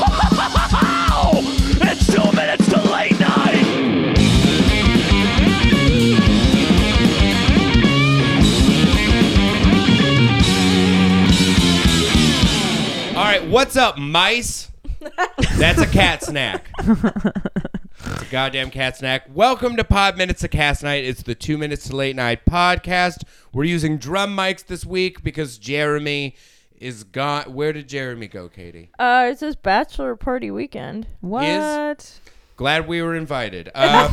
Wow! It's two minutes to late night! All right, what's up, mice? That's a cat snack. It's a goddamn cat snack. Welcome to Pod Minutes of Cast Night. It's the Two Minutes to Late Night podcast. We're using drum mics this week because Jeremy is gone. Where did Jeremy go, Katie? Uh, it's this bachelor party weekend. What? Glad we were invited. Um,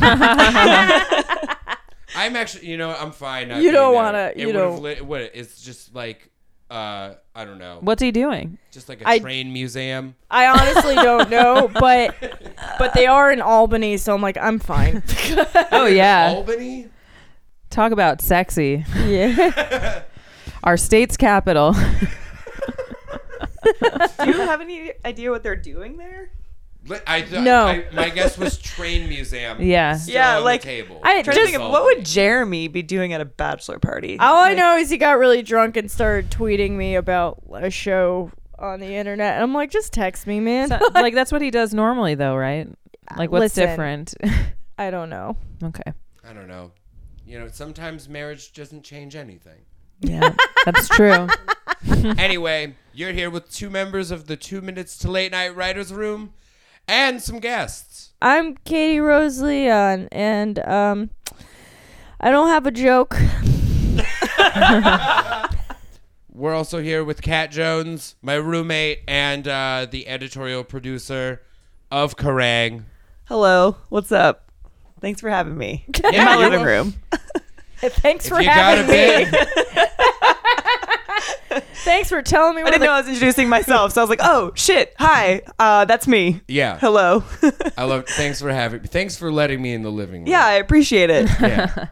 I'm actually, you know, I'm fine. Not You don't want wanna- you don't- Lit, what? It's just like, uh, I don't know. What's he doing? Just like a I- train museum. I honestly don't know, but but they are in Albany, so I'm like, I'm fine. Oh Uh, yeah, Albany. talk about sexy. yeah. Our state's capital. Do you have any idea what they're doing there? Li- I, th- No. I, my guess was train museum. Yeah. Still Yeah, on the like, table. I- Trying Just- to think Oh. of what would Jeremy be doing at a bachelor party? All I Like, know is he got really drunk and started tweeting me about a show on the internet. And I'm like, just text me, man. So- like that's what he does normally, though, right? Like what's Listen. different? I don't know. okay. I don't know. You know, sometimes marriage doesn't change anything. Yeah, that's true. anyway, you're here with two members of the Two Minutes to Late Night Writers Room and some guests. I'm Katie Rose Leon, and um, I don't have a joke. We're also here with Kat Jones, my roommate, and uh, the editorial producer of Kerrang. Hello, what's up? Thanks for having me in Yeah, my you're living welcome. room. Thanks If for you got a having me. bit, Thanks for telling me I where didn't the know I was introducing myself, so I was like, "Oh shit, hi, uh, that's me. yeah. Hello." I love. Thanks for having. me. Thanks for letting me in the living room. yeah, I appreciate it. Yeah.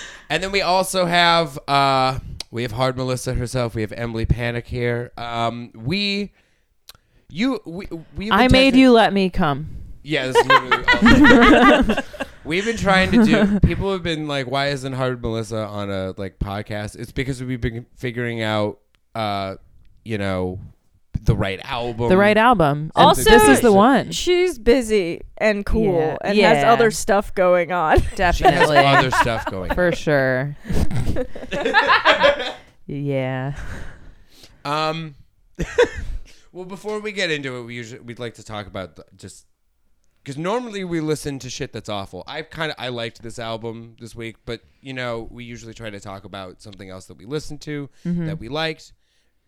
and then we also have uh, we have Hard Melissa herself. We have Emily Panic here. Um, we, you, we, we. I made you let me come. Yeah, that's literally. all- we've been trying to do. People have been like, "Why isn't Hard Melissa on a like podcast?" It's because we've been figuring out, uh, you know, the right album. The right album. And Also- this is the one. She's busy and cool Yeah. and has Yeah. other stuff going on. She has Definitely. other stuff going. For sure. yeah. Um. well, before we get into it, we usually we'd like to talk about the, just because normally we listen to shit that's awful. I kind of I liked this album this week, but you know we usually try to talk about something else that we listened to Mm-hmm. that we liked.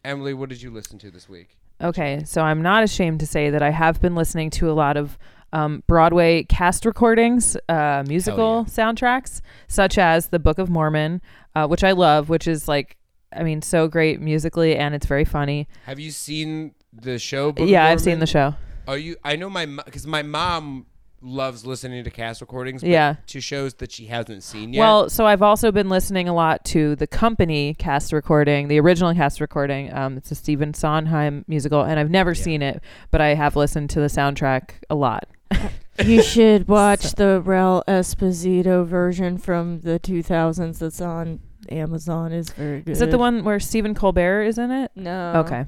Emily, what did you listen to this week? Okay, so I'm not ashamed to say that I have been listening to a lot of um, Broadway cast recordings, uh, musical soundtracks, such as The Book of Mormon, uh, which I love, which is like, I mean, so great musically and it's very funny. Have you seen the show? Book of yeah, I've seen Mormon? the show. Are you? I know my because my mom loves listening to cast recordings. but Yeah. to shows that she hasn't seen yet. Well, so I've also been listening a lot to the company cast recording, the original cast recording. Um, it's a Stephen Sondheim musical, and I've never seen it, but I have listened to the soundtrack a lot. You should watch the Rel Esposito version from the 2000s that's on Amazon. is very good. Is it the one where Stephen Colbert is in it? No. Uh-huh. Okay.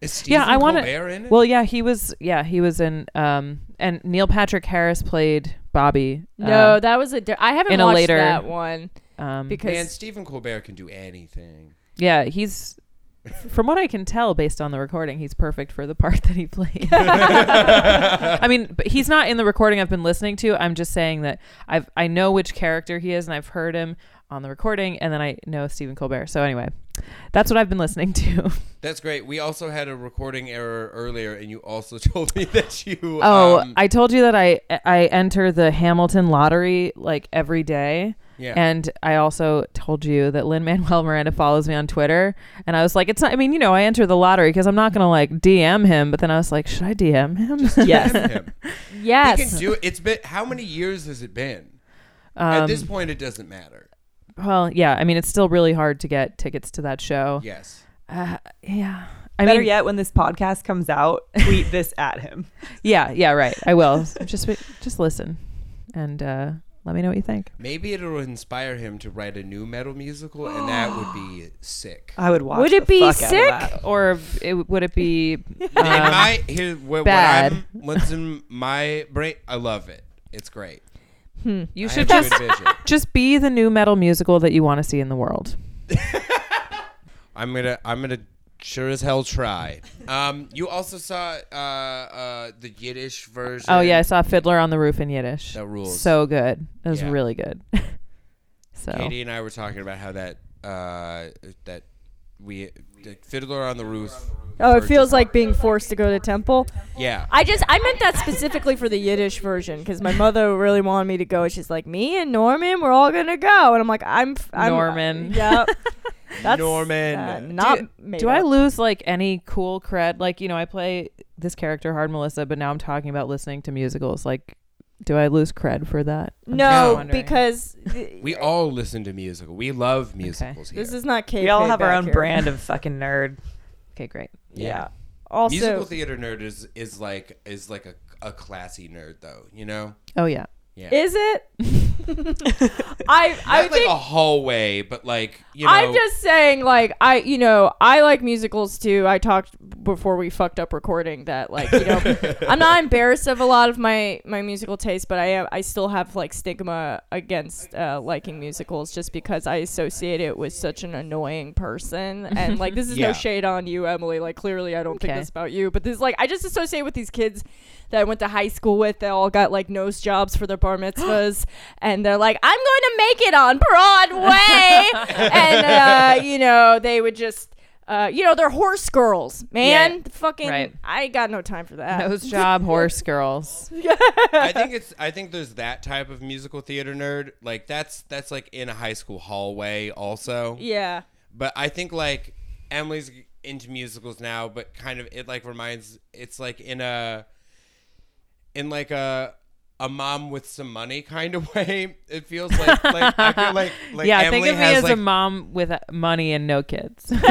is Stephen yeah, I wanna- Colbert in it? Well, yeah, he was. Yeah, he was in. Um, and Neil Patrick Harris played Bobby. No, uh, that was a. Mm. Di- I haven't in a watched later- that one um, because man, Stephen Colbert can do anything. yeah, he's. From what I can tell, based on the recording, he's perfect for the part that he played. I mean, but he's not in the recording I've been listening to. I'm just saying that I've I know which character he is, and I've heard him on the recording, and then I know Stephen Colbert. So anyway, that's what I've been listening to. That's great. We also had a recording error earlier, and you also told me that you. Oh, um, I told you that I I enter the Hamilton lottery like every day. Yeah. And I also told you that Lin Manuel Miranda follows me on Twitter, and I was like, it's not. I mean, you know, I enter the lottery because I'm not gonna like DM him. But then I was like, should I DM him? yes. him. He yes, can do it. It's been how many years has it been? At um, this point, it doesn't matter. well, yeah. I mean, it's still really hard to get tickets to that show. Yes. Uh, yeah. I Better mean, yet, when this podcast comes out, tweet this at him. yeah, yeah, right. I will just just listen, and uh, Let me know what you think. Maybe it'll inspire him to write a new metal musical, and that would be sick. I would watch. Would it the be fuck out of sick? that. Or it, would it be? um, In my here, wh- what, bad. I'm, what's in my brain? I love it. It's great. Hmm. You I should have just good vision. just be the new metal musical that you want to see in the world. I'm gonna. I'm gonna. Sure as hell try. Um, you also saw uh, uh, the Yiddish version. Oh yeah, I saw Fiddler on the Roof in Yiddish. That rules. So good. It was Yeah. really good. so Katie and I were talking about how that uh, that we the Fiddler on the Roof. Oh, it version- feels like being forced to go to temple. yeah. I just I meant that specifically for the Yiddish version because my mother really wanted me to go. She's like, me and Norman, we're all gonna go, and I'm like, I'm, f- I'm uh, Norman. Yep. That's, Norman. uh, not made do I up. lose like any cool cred? Like you know, I play this character hard Melissa, but now I'm talking about listening to musicals. Like, do I lose cred for that? I'm just No, wondering. because th- We all listen to musical. We love musicals here. this is not Kate. We all have our own here. brand of fucking nerd. okay, great. Yeah. Also, musical theater nerd is is like is like a, a classy nerd though. You know, Oh yeah, yeah. is it? I I Not would like think a hallway, but like you know. I'm just saying, like, I, you know, I like musicals too. I talked before we fucked up recording that, like, you know, I'm not embarrassed of a lot of my my musical taste, but I am, I still have like stigma against uh, liking musicals just because I associate it with such an annoying person. And like, this is Yeah. no shade on you, Emily. Like, clearly, I don't think Okay. this about you, but this is like, I just associate with these kids that I went to high school with. They all got like nose jobs for their bar mitzvahs, and they're like, "I'm going to make it on Broadway," and uh, you know, they would just. Uh, you know they're horse girls, man. Fucking, right. I got no time for that. nose job horse girls. I think it's. I think there's that type of musical theater nerd. Like that's that's like in a high school hallway also. Yeah, But I think like Emily's into musicals now, but kind of it like reminds it's like in a in like a a mom with some money kind of way. It feels like like I feel like like yeah, Emily think of me has as like, a mom with uh, money and no kids. like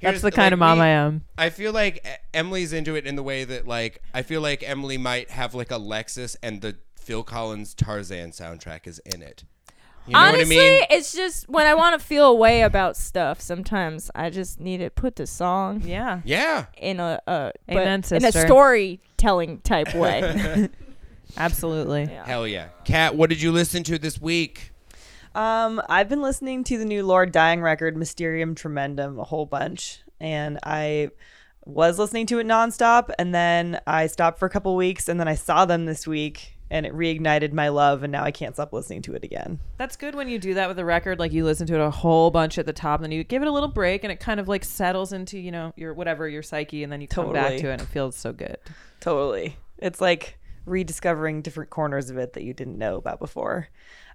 That's the kind of mom I am. I feel like E- Emily's into it in the way that like I feel like Emily might have like a Lexus and the Phil Collins Tarzan soundtrack is in it. You know honestly, what I mean? it's just when I want to feel a way about stuff. Sometimes I just need to put the song Yeah. Yeah. in a, a but Amen, in a sister. storytelling type way. Absolutely. Hell yeah. Kat, what did you listen to this week? Um, I've been listening to the new Lord Dying record, Mysterium Tremendum, a whole bunch, and I was listening to it nonstop, and then I stopped for a couple weeks, and then I saw them this week, and it reignited my love, and now I can't stop listening to it again. That's good when you do that with a record. Like you listen to it a whole bunch at the top, and then you give it a little break, and it kind of like settles into you know your whatever your psyche, and then you come back Totally. to it, and it feels so good. Totally, it's like rediscovering different corners of it that you didn't know about before.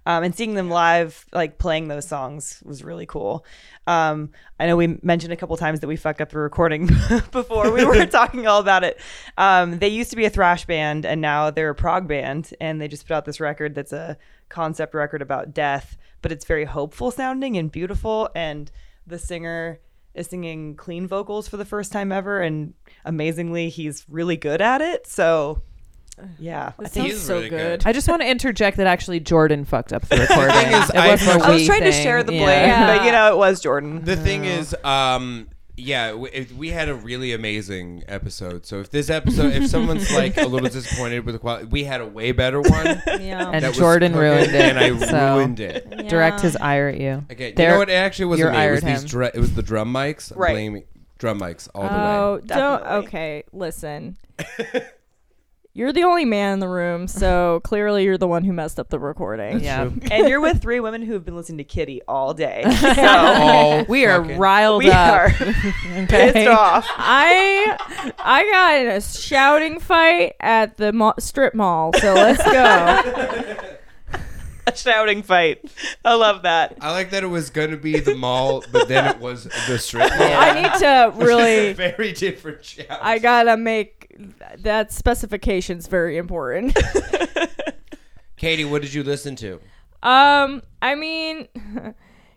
Um, and seeing them live, like playing those songs, was really cool. Um, I know we mentioned a couple times that we fucked up the recording before. We were talking all about it. Um, they used to be a thrash band, and now they're a prog band, and they just put out this record that's a concept record about death, but it's very hopeful sounding and beautiful. And the singer is singing clean vocals for the first time ever, and amazingly, he's really good at it. So, yeah, I He think is really good. I just want to interject that actually Jordan fucked up the recording. is, It I- wasn't a I was we trying to thing. share the blame, Yeah. Yeah. but you know, it was Jordan. The thing is, um, yeah, we, if- we had a really amazing episode. So if this episode, if someone's like a little disappointed with the quality, we had a way better one. yeah. And that was Jordan cooking, ruined it. and I so ruined it. Direct his ire at you. Okay, you There- know what? It actually wasn't you're me. It was, iron these him. dru- it was the drum mics. I'm Right. blaming- drum mics all the way. Oh, don't. Definitely. Okay, listen. you're the only man in the room, so clearly you're the one who messed up the recording. Yeah. and you're with three women who have been listening to Kitty all day. So All We are fucking- riled we up. are okay? pissed off. I I got in a shouting fight at the ma- strip mall, so let's go. A shouting fight. I love that. I like that it was going to be the mall, but then it was the strip mall. I need to really. very different shout. I gotta make that specification's very important. Katie, what did you listen to? Um, I mean,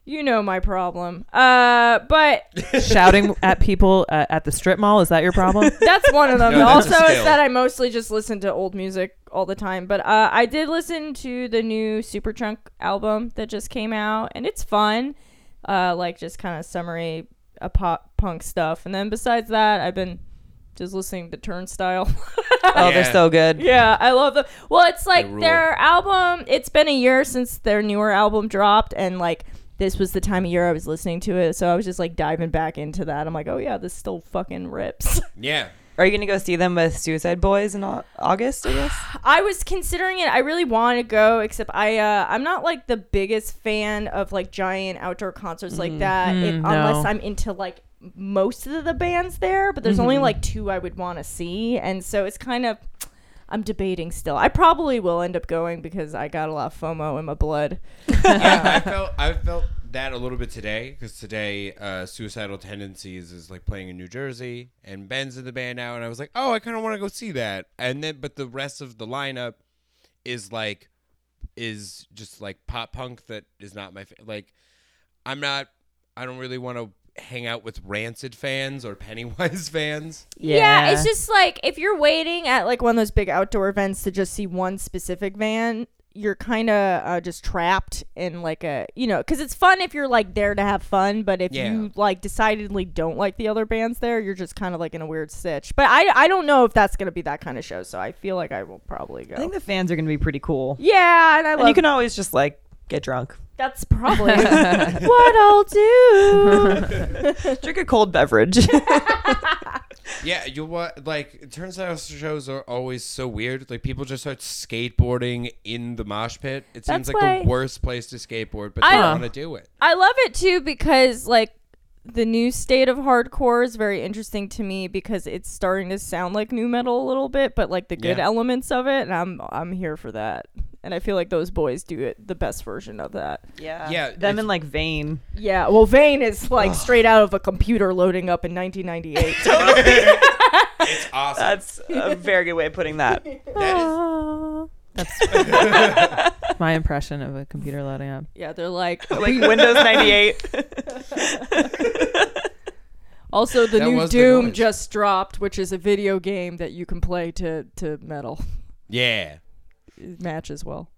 You know my problem. Uh, but Shouting at people uh, at the strip mall is that your problem? that's one of them. No, that's also, a is skill. that I mostly just listen to old music all the time. But uh, I did listen to the new Supertrunk album that just came out, and it's fun. Uh, like just kind of summary uh, pop punk stuff. And then besides that, I've been just listening to Turnstile. Oh, they're Yeah. so good. Yeah, I love them. Well, it's like rule. their album. It's been a year since their newer album dropped, and like this was the time of year I was listening to it, so I was just like diving back into that. I'm like, oh yeah, this still fucking rips. Yeah. Are you gonna go see them with Suicide Boys in Au- August? I guess. I was considering it. I really want to go, except I uh, I'm not like the biggest fan of like giant outdoor concerts like that, it, Mm, unless no. I'm into like most of the bands there. But there's only like two I would want to see, and so it's kind of I'm debating still. I probably will end up going because I got a lot of FOMO in my blood. I, I felt I felt that a little bit today because today uh, Suicidal Tendencies is like playing in New Jersey and Ben's in the band now, and I was like, oh, I kind of want to go see that, and then but the rest of the lineup is like is just like pop punk that is not my fa- like I'm not I don't really want to hang out with Rancid fans or Pennywise fans. Yeah. it's just like if you're waiting at like one of those big outdoor events to just see one specific van, you're kind of uh, just trapped in like a you know because it's fun if you're like there to have fun, but if Yeah. you like decidedly don't like the other bands there, you're just kind of like in a weird stitch. But I I don't know if that's gonna be that kind of show, so I feel like I will probably go. I think the fans are gonna be pretty cool. yeah, and I love And you can always just like get drunk, that's probably what I'll do. drink a cold beverage. Yeah, you what? Like, it turns out shows are always so weird. Like, people just start skateboarding in the mosh pit. It seems That's like why- the worst place to skateboard, but they I- want to do it. I love it too because like the new state of hardcore is very interesting to me because it's starting to sound like new metal a little bit, but like the good Yeah. elements of it, and I'm I'm here for that. And I feel like those boys do it the best version of that. yeah, Yeah, Them it's- in like Vane. Yeah, well, Vane is like straight out of a computer loading up in 1998. It's awesome. uh, That's a very good way of putting that. that My impression of a computer loading up. yeah, they're like Like Windows ninety eight. also the That new was the Doom noise. just dropped, which is a video game that you can play to to metal is, yeah. It matches well.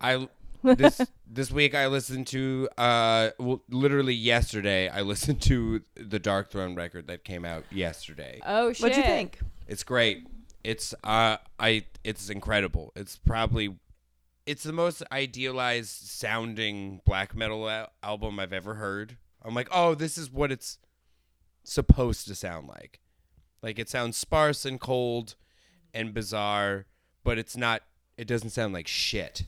I this this week I listened to uh well, literally yesterday I listened to the Dark Throne record that came out yesterday. Oh shit! What'd you think? It's great. It's uh I it's incredible. It's probably it's the most idealized sounding black metal al- album I've ever heard. I'm like, "Oh, this is what it's supposed to sound like." Like it sounds sparse and cold and bizarre, but it's not it doesn't sound like shit.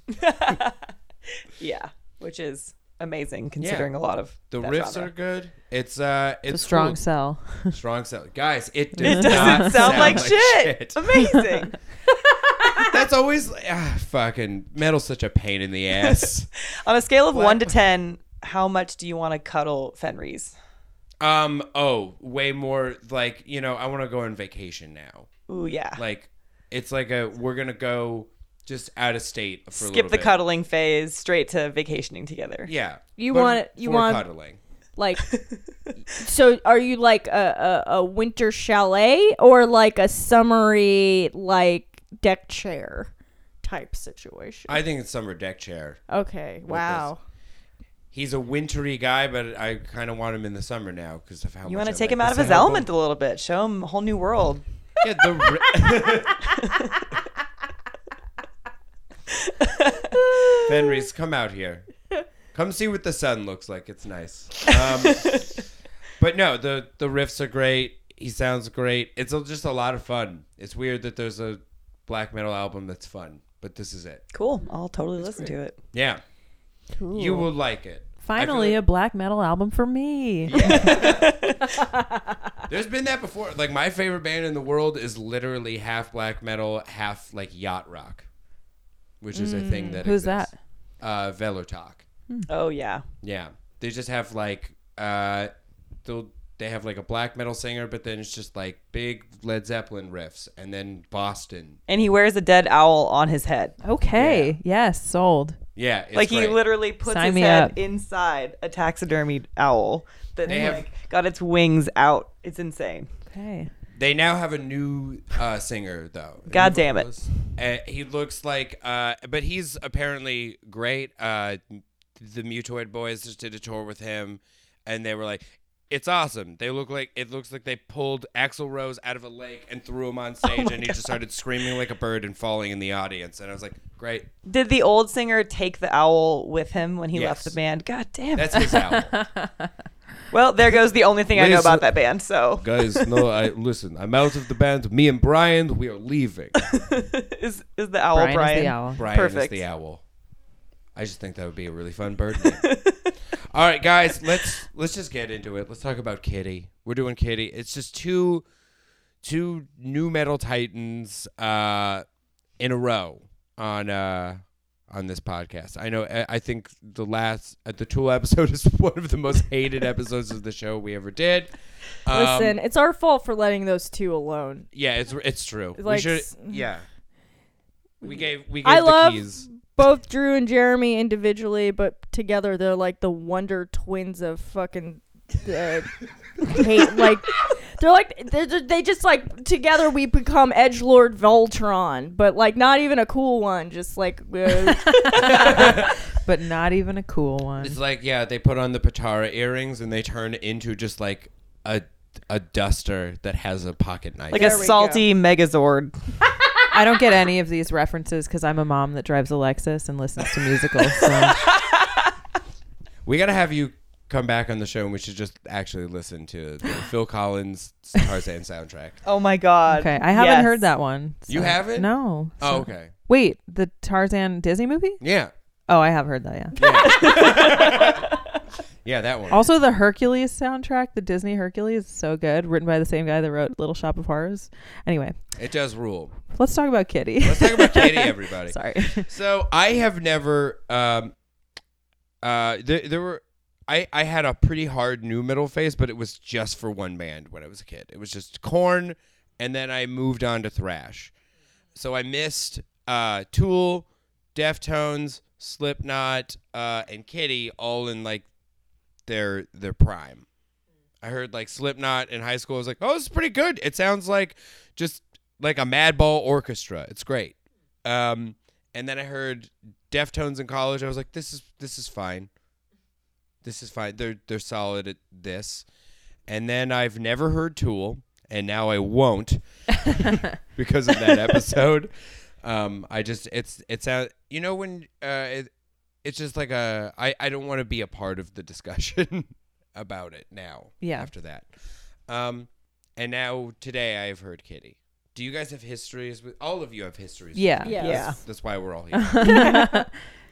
Yeah, which is amazing considering a lot of The that riffs genre. are good. It's uh It's a it's strong cool. sell. strong sell. Guys, it does It doesn't not sound, like, shit. Amazing. That's always ah, fucking metal's such a pain in the ass. On a scale of one to ten, how much do you want to cuddle Fenris? um oh, way more like, you know, I want to go on vacation now. Ooh, yeah. Like it's like a we're going to go just out of state for a Skip little the bit. cuddling phase, straight to vacationing together. Yeah. You but want- you for want- cuddling. Like, so are you like a, a, a winter chalet or like a summery, like deck chair type situation? I think it's summer deck chair. okay, wow. He's a wintry guy, but I kind of want him in the summer now because of how You want to take him out of his element a little bit, show him a whole new world. Yeah, the ri- Fenris, come out here. Come see what the sun looks like. It's nice. Um, but no, the the riffs are great. He sounds great. It's a- just a lot of fun. It's weird that there's a black metal album that's fun, but this is it. Cool. I'll totally listen to it. Yeah, you will like it. I feel Finally, a black metal album for me. There's been that before. Like my favorite band in the world is literally half black metal, half like yacht rock, which is a thing that Mm. Who's exists. that? Uh, Velotalk. Oh yeah. Yeah, they just have like uh, they'll they have like a black metal singer, but then it's just like big Led Zeppelin riffs, and then Boston. And he wears a dead owl on his head. Okay. Yes, sold. Yeah, it's like he great. literally puts Sign his me head up. inside a taxidermied owl that They have- like got its wings out. It's insane. Okay. They now have a new uh, singer though. God damn it. Uh, he looks like, uh, but he's apparently great. Uh, the Mutoid Boys just did a tour with him, and they were like, "It's awesome." They look like it looks like they pulled Axl Rose out of a lake and threw him Oh on stage, and he just started screaming like a bird and falling in the audience. And I was like, "Great, Did the old singer take the owl with him when he left Yes. the band? God damn it. that's his album." Well, there goes the only thing I know Liz- about that band. So Guys, no, I listen. I'm out of the band. Me and Brian, we are leaving. is is the owl Brian? is the owl. Brian Perfect. is the owl. I just think that would be a really fun bird name. All right, guys, let's let's just get into it. Let's talk about Kitty. We're doing Kitty. It's just two two new metal titans uh, in a row on uh, on this podcast. I know. I I think the last uh, the Tool episode is one of the most hated episodes of the show we ever did. Um, Listen, it's our fault for letting those two alone. Yeah, it's it's true. we Like, should. s- mm-hmm. Yeah. We gave we gave I the love keys. both Drew and Jeremy individually, but together they're like the wonder twins of fucking uh, hate. Like they're like they're, they're- they just like together we become Edge Lord Voltron, but like not even a cool one. Just like uh, But not even a cool one. It's like yeah, they put on the Patara earrings and they turn into just like a a duster that has a pocket knife. Like There a we salty Megazord. I don't get any of these references because I'm a mom that drives a Lexus and listens to musicals. So. we gotta have you come back on the show and we should just actually listen to the Phil Collins Tarzan soundtrack. Oh my god. Okay, I haven't Yes. heard that one. You so- haven't? No. Oh, so- okay. Wait, the Tarzan Disney movie? Yeah. Oh, I have heard that. Yeah. Yeah, that one. Also, the Hercules soundtrack, the Disney Hercules, is so good. Written by the same guy that wrote Little Shop of Horrors. Anyway, It does rule. let's talk about Kitty. Let's talk about Katie, everybody. Sorry. So I have never. Um, uh, there, there were. I, I had a pretty hard new metal phase, but it was just for one band when I was a kid. It was just Corn, and then I moved on to thrash. So I missed uh, Tool, Deftones, Slipknot, uh, and Kitty all in like their their prime. I heard like Slipknot in high school. I was like, oh, this is pretty good. It sounds like just like a Madball orchestra. It's great. Um, and then I heard Deftones in college. I was like, this is this is fine. This is fine. They're they're solid at this. And then I've never heard Tool, and now I won't because of that episode. Um, I just it's it's a you know when uh, it, it's just like a I I don't want to be a part of the discussion about it now. Yeah. After that, um, and now today I've heard Kitty. Do you guys have histories with all of you have histories? with Yeah. yeah. Yeah. that's why we're all here.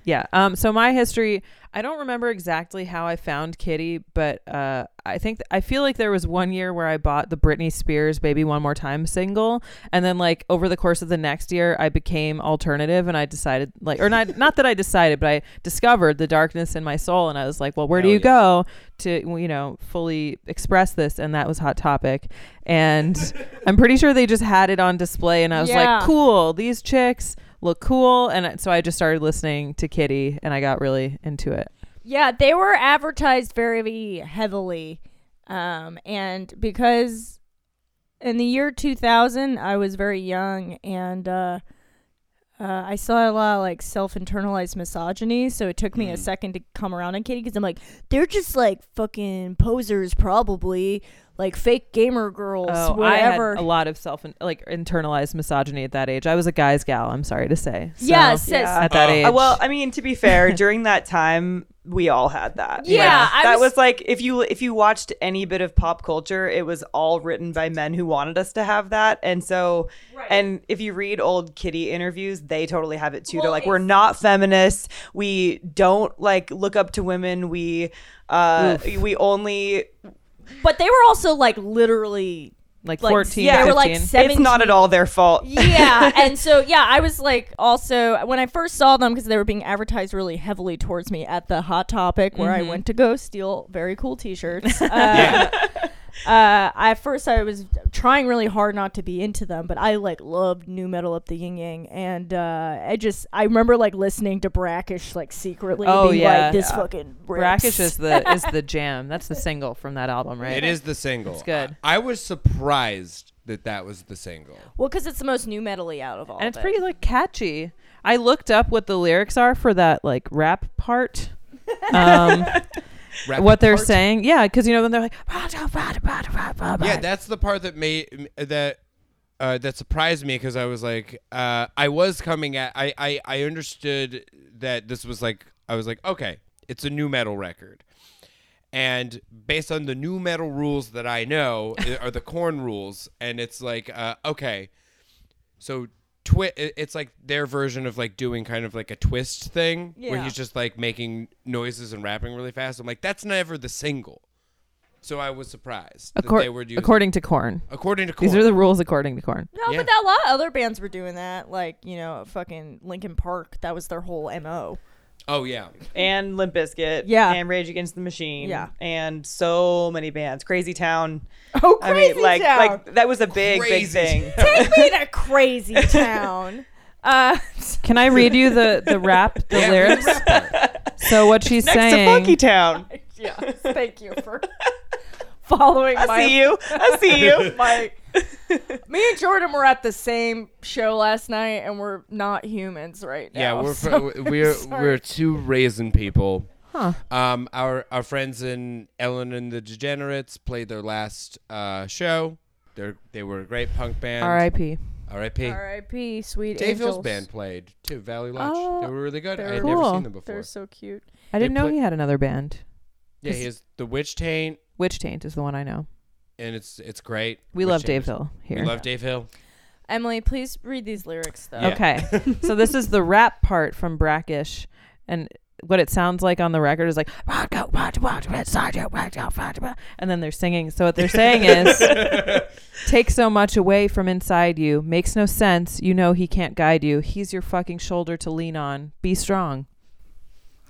yeah. Um. So my history, I don't remember exactly how I found Kitty, but uh, I think I feel like there was one year where I bought the Britney Spears "Baby One More Time" single, and then like over the course of the next year, I became alternative, and I decided like, or not, not that I decided, but I discovered the darkness in my soul, and I was like, well, where do Hell you yeah. go to you know fully express this? And that was Hot Topic, and I'm pretty sure they just had it on display, and I was Yeah. like, cool, these chicks look cool and I- so i just started listening to kitty and i got really into it Yeah, they were advertised very heavily. Um, and because in the year 2000, I was very young and uh, uh, I saw a lot of like self internalized misogyny. So it took me a Mm. second to come around on Kitty because I'm like, they're just like fucking posers, probably like fake gamer girls, Oh, i had whatever. a lot of self like internalized misogyny at that age i was a guy's gal i'm sorry to say so, yeah, sis. Yeah. Yeah, at that Uh, age Uh, well, I mean, to be fair, during that time, we all had that. Yeah, I that was, was, like if you if you watched any bit of pop culture, it was all written by men who wanted us to have that. And so, and if you read old Kitty interviews, they totally have it too. They're Well, like, we're it's- not feminists. We don't like look up to women. We uh, we only. but they were also like literally like, like 14 yeah, they were 15 like seven. It's not at all their fault. yeah and so yeah i was like also when i first saw them because they were being advertised really heavily towards me at the hot topic where Mm-hmm. i went to go steal very cool t-shirts uh, uh, at first i was trying really hard not to be into them, but I like loved new metal up the yin yang, and uh, I just I remember like listening to Brackish like secretly. Oh, being yeah. like, this Yeah. fucking rips. Brackish is the is the jam. That's the single from that album, right? It is the single. It's good. I, I was surprised that that was the single. well because it's the most new metally out of all. and of it's it. pretty like catchy. I looked up what the lyrics are for that like rap part. Um, Rap what they're part- saying, yeah, because you know when they're like, "Bah, da, bah, da, bah, da, bah, bah, bah." Yeah, that's the part that made that uh, that surprised me because I was like, uh, I was coming at, I, I I understood that this was like, I was like, okay, it's a new metal record, and based on the new metal rules that I know i- are the corn rules, and it's like, uh, okay, so. Twi- i- it's like their version of like doing kind of like a twist thing where Yeah. he's just like making noises and rapping really fast. I'm like, that's never the single. So I was surprised that Accor- they were using according to Corn. According to These Korn. are the rules according to Corn. No, Yeah. but that, a lot of other bands were doing that. Like, you know, fucking Linkin Park. That was their whole MO. oh yeah, and Limp Bizkit, Yeah. and Rage Against the Machine, Yeah. and so many bands. Crazy Town. Oh, I crazy mean, like, town. like that was a big, big Crazy thing. Take me to crazy town. Uh, Can I read you the the rap, the Yeah, lyrics? rap part. So what she's Next saying, to Funky Town. yeah, thank you for following I my see you. I see you. my me and Jordan were at the same show last night and we're not humans right now. yeah, we're fr- so we're sorry. we're two raisin people. Huh. Um, our our friends in Ellen and the Degenerates played their last uh show. They they were a great punk band. R.I.P. R.I.P. R.I.P. Sweet Dave Hill's Angels. band played too. Valley Lodge. Oh, they were really good. I they're had never cool. seen them before. They're so cute. I They didn't know put- he had another band. yeah, he has the Witch Taint, Witch Taint is the one I know. and it's it's great. We Witch love Taint Dave is- Hill here. We love Dave Hill. Emily, please read these lyrics though. Yeah. Okay. so this is the rap part from Brackish and what it sounds like on the record is like and then they're singing. So what they're saying is take so much away from inside you. Makes no sense. You know he can't guide you. He's your fucking shoulder to lean on. Be strong.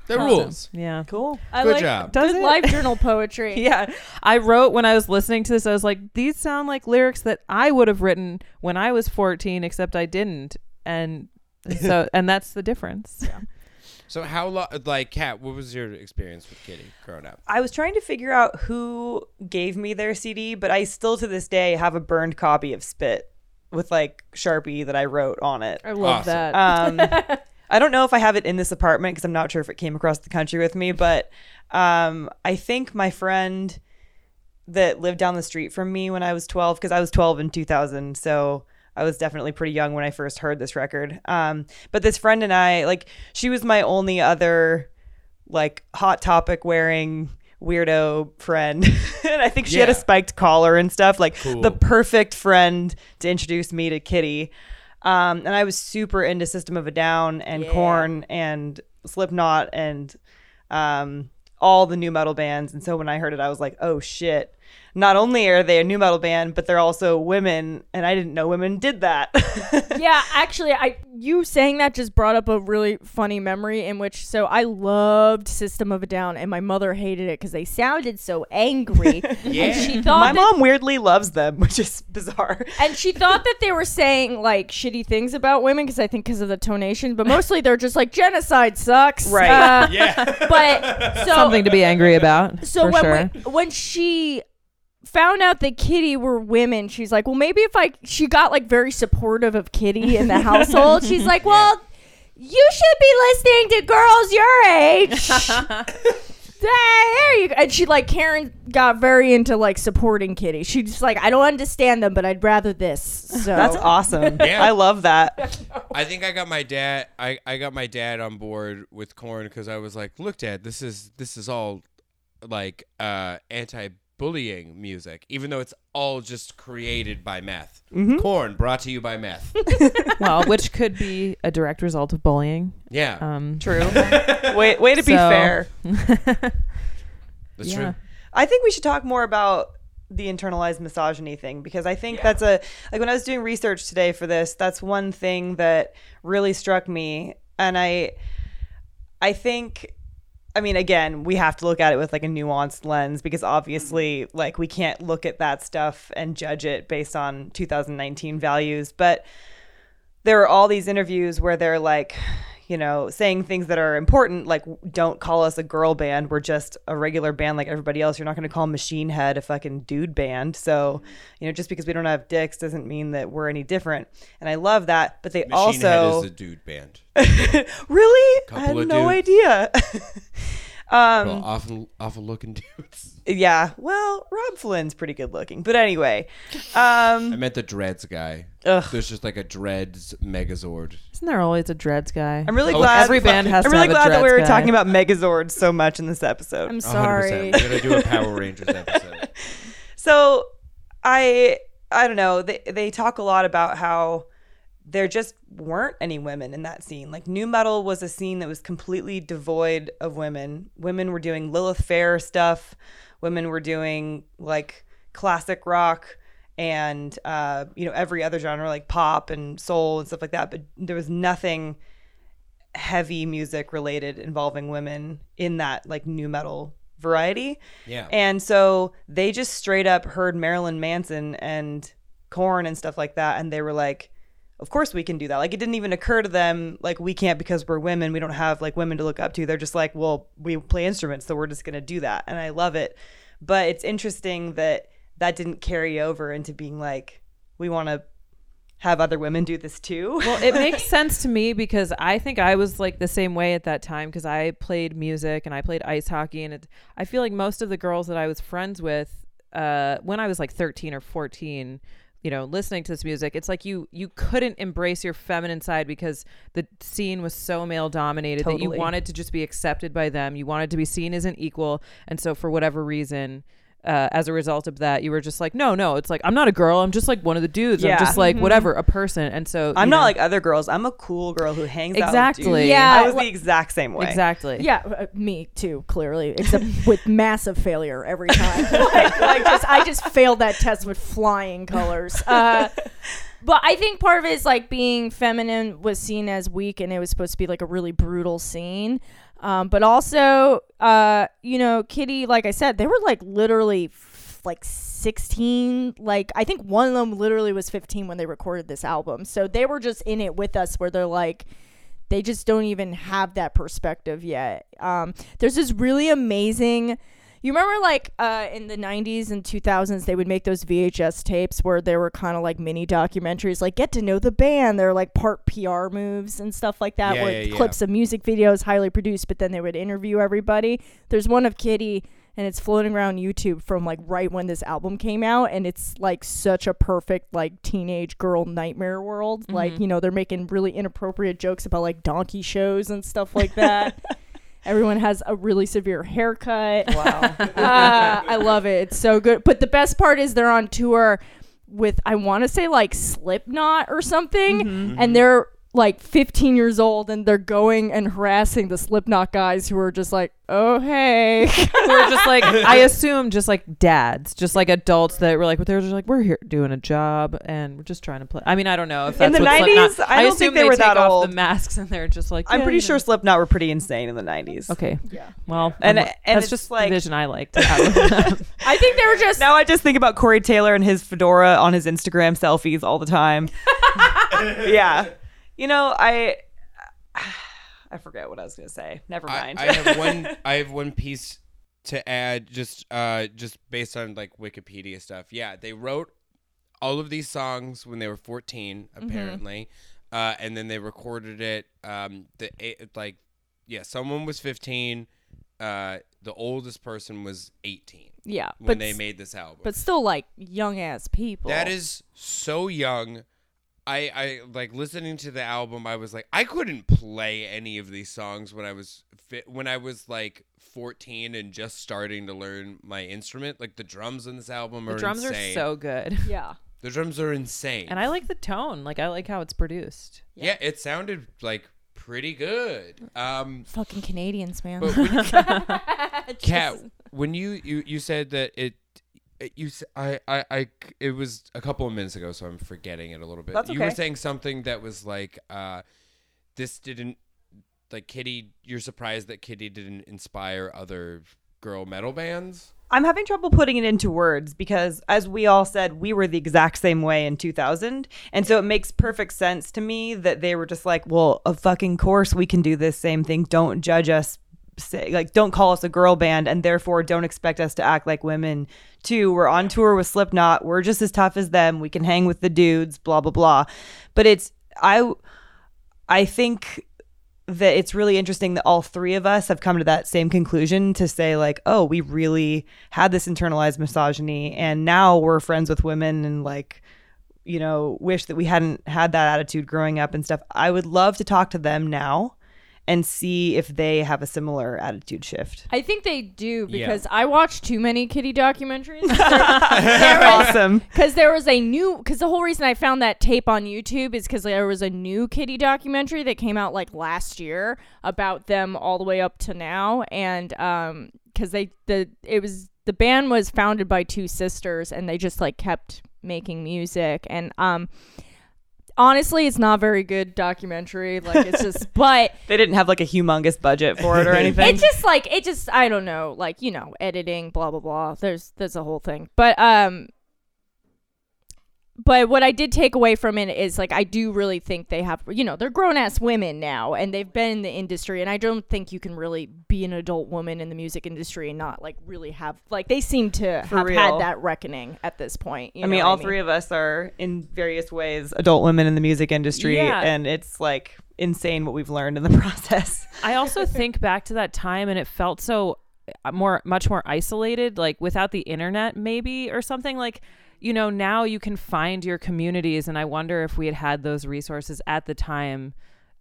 The Awesome. rules. Yeah. Cool. I Good like job. Does good it? life journal poetry. Yeah. I wrote when I was listening to this, I was like, these sound like lyrics that I would have written when I was 14, except I didn't. And so, and that's the difference. So how long? Like, Kat, what was your experience with Kitty growing up? I was trying to figure out who gave me their CD, but I still to this day have a burned copy of Spit with like Sharpie that I wrote on it. I love Awesome. that. Um, I don't know if I have it in this apartment because I'm not sure if it came across the country with me, but um, I think my friend that lived down the street from me when I was 12, because I was 12 in 2000, so I was definitely pretty young when I first heard this record. Um, but this friend and I, like, she was my only other like hot topic wearing weirdo friend. and I think she had Yeah. a spiked collar and stuff, like Cool. the perfect friend to introduce me to Kitty. Um, and I was super into System of a Down and Yeah. Corn and Slipknot and um, all the new metal bands. And so when I heard it, I was like, oh shit. Not only are they a new metal band, but they're also women. And I didn't know women did that. yeah, actually, I you saying that just brought up a really funny memory in which so I loved System of a Down and my mother hated it because they sounded so angry. Yeah. and she My thought that, mom weirdly loves them, which is bizarre. and she thought that they were saying like shitty things about women because I think because of the tonation, but mostly they're just like genocide sucks, Right. Uh, Yeah. But so Something to be angry about. so for when sure. we- when she found out that Kitty were women, she's like, well, maybe if I she got like very supportive of Kitty in the household. she's like, well, you should be listening to girls your age. there you go. And she like Karen got very into like supporting Kitty. She just like I don't understand them, but I'd rather this. So That's awesome. Oh. Yeah. I love that. I think I got my dad. I, I got my dad on board with corn because I was like, "Look, Dad, this is this is all like uh, anti-bullying music, even though it's all just created by meth. Corn brought to you by meth. well, which could be a direct result of bullying. Yeah, Um, True. way, way to be So- fair. that's yeah. true. I think we should talk more about the internalized misogyny thing because I think that's a like when I was doing research today for this, that's one thing that really struck me and I I think I mean, again, we have to look at it with like a nuanced lens because obviously, Mm-hmm. like, we can't look at that stuff and judge it based on 2019 values. But there are all these interviews where they're like, you know, saying things that are important, like, don't call us a girl band. We're just a regular band like everybody else. You're not going to call Machine Head a fucking dude band. So, Mm-hmm. you know, just because we don't have dicks doesn't mean that we're any different. And I love that. But they Machine Head also. is a dude band. really? I Couple had of no dudes. idea. well, awful, awful looking dudes. Yeah. Well, Rob Flynn's pretty good looking. But anyway, um, I meant the Dreads guy. There's just like a Dreads Megazord. Isn't there always a dreads guy? I'm really Oh, glad. every band has I'm to really have a glad that we dreads were guy. talking about Megazords so much in this episode. I'm 100%. sorry. We're gonna do a Power Rangers episode. so, I I don't know. They they talk a lot about how there just weren't any women in that scene. Like new metal was a scene that was completely devoid of women. Women were doing Lilith Fair stuff. Women were doing like classic rock and uh, you know every other genre like pop and soul and stuff like that. But there was nothing heavy music related involving women in that like new metal variety. Yeah. And so they just straight up heard Marilyn Manson and Corn and stuff like that, and they were like, "Of course we can do that." Like it didn't even occur to them like we can't because we're women. We don't have like women to look up to. They're just like, "Well, we play instruments, so we're just gonna do that," and I love it. But it's interesting that that didn't carry over into being like, "We want to have other women do this too." Well, it makes sense to me because I think I was like the same way at that time because I played music and I played ice hockey and it, I feel like most of the girls that I was friends with uh, when I was like 13 or 14 you know listening to this music it's like you you couldn't embrace your feminine side because the scene was so male dominated that Totally. you wanted to just be accepted by them you wanted to be seen as an equal and so for whatever reason uh, as a result of that you were just like no no it's like i'm not a girl i'm just like one of the dudes Yeah. Mm-hmm. i'm just like whatever a person and so I'm you not know- like other girls. I'm a cool girl who hangs out. with Exactly. dudes. Yeah, I was wha- the exact same way. Exactly. Yeah, uh, me too. Clearly, except with massive failure every time. like, like just, I just failed that test with flying colors. Uh, but I think part of it is like being feminine was seen as weak, and it was supposed to be like a really brutal scene. Um, but also, uh, you know, Kitty, like I said, they were like literally f- like 16 like i think one of them literally was 15 when they recorded this album so they were just in it with us where they're like they just don't even have that perspective yet. Um, there's this really amazing. You remember, like uh, in the '90s and 2000s, they would make those VHS tapes where there were kind of like mini documentaries, like "Get to Know the Band." They're like part PR moves and stuff like that, Yeah, where yeah, yeah. clips of music videos, highly produced, but then they would interview everybody. There's one of Kitty, and it's floating around YouTube from like right when this album came out, and it's like such a perfect like teenage girl nightmare world. Like you know, they're making really inappropriate jokes about like donkey shows and stuff like that. Everyone has a really severe haircut. Wow. Ah, I love it. It's so good. But the best part is they're on tour with I want to say like Slipknot or something, Mm-hmm. and they're like 15 years old and they're going and harassing the Slipknot guys who are just like, oh hey, We're just like I assume just like dads, just like adults that were like but they're just like we're here doing a job and we're just trying to play. I mean, I don't know if that's In the what Slipknot- 90s, I don't assume think they were take that off old. the masks and they're just like I'm yeah, pretty you sure know. Slipknot were pretty insane in the 90s. Okay. Yeah. Well, And- and, and that's it's just like- the vision I liked. I I think they were just Now I just think about Corey Taylor and his fedora on his Instagram selfies all the time. yeah. You know, I I forget what I was going to say. Never I, mind. I have one. I have one piece to add, just uh, just based on like Wikipedia stuff. Yeah, they wrote all of these songs when they were fourteen, Mm-hmm. apparently, uh, and then they recorded it. Um, the it, like, yeah, someone was fifteen. Uh, the oldest person was eighteen yeah, when but they s- made this album. but still like young ass people. That is so young. I, I like listening to the album. I was like, I couldn't play any of these songs when I was fit, when I was like 14 and just starting to learn my instrument. Like the drums on this album are the drums insane. are so good, yeah. the drums are insane. and I like the tone. Like I like how it's produced. yeah, it sounded like pretty good. Um, Fucking Canadians, man. but when, Kat, when you, you you said that it. it- You, s- I, I, I c- it was a couple of minutes ago, so I'm forgetting it a little bit. That's You were okay. saying something that was like, uh, this didn't like Kitty, you're surprised that Kitty didn't inspire other girl metal bands. I'm having trouble putting it into words because, as we all said, we were the exact same way in 2000. And so it makes perfect sense to me that they were just like, well, of fucking course we can do this same thing. Don't judge us. Say, like, don't call us a girl band and therefore don't expect us to act like women. Two, we're on tour with Slipknot. We're just as tough as them. We can hang with the dudes, blah, blah, blah. But it's, I, I think that it's really interesting that all three of us have come to that same conclusion to say like oh we really had this internalized misogyny and now we're friends with women and like you know wish that we hadn't had that attitude growing up and stuff i would love to talk to them now and see if they have a similar attitude shift I think they do because I watch too many kitty documentaries. awesome Because there was a new, because the whole reason I found that tape on YouTube is because there was a new kitty documentary that came out like last year about them all the way up to now, and um, because they the it was the band was founded by two sisters, and they just like kept making music, and um, honestly, it's not very good documentary. Like it's just, but they didn't have like a humongous budget for it or anything it's just like it just I don't know, like you know, editing, blah blah blah. There's there's a whole thing, but um, but what I did take away from it is like I do really think they have, you know, they're grown ass women now, and they've been in the industry, and I don't think you can really be an adult woman in the music industry and not like really have like they seem to For have real. had that reckoning at this point. you I know mean, what all three of us are in various ways adult women in the music industry, Yeah. and it's like insane what we've learned in the process. I also think back to that time and it felt so uh, more much more isolated like without the internet maybe or something like you know now you can find your communities and I wonder if we had had those resources at the time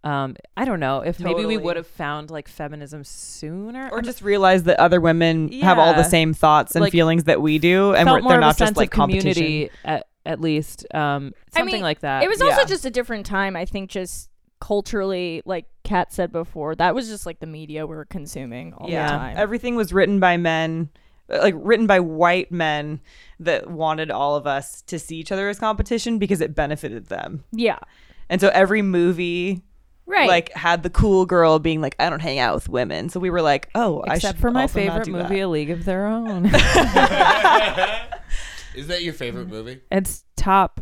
um I don't know if maybe we Totally. would have found like feminism sooner Or I'm- just realize that other women have all the Yeah. same thoughts and Like, feelings that we do, and we're, felt more they're of a not sense just like of community at, at least um something like that It was also Yeah. just a different time, I think, just culturally, like Kat said before, that was just like the media we were consuming all Yeah, the time. everything was written by men, uh, like written by white men that wanted all of us to see each other as competition because it benefited them, yeah. and so every movie. Right. Like had the cool girl being like, I don't hang out with women, so we were like, oh, I except should for my also not favorite do movie that. A League of Their Own Is that your favorite movie? it's top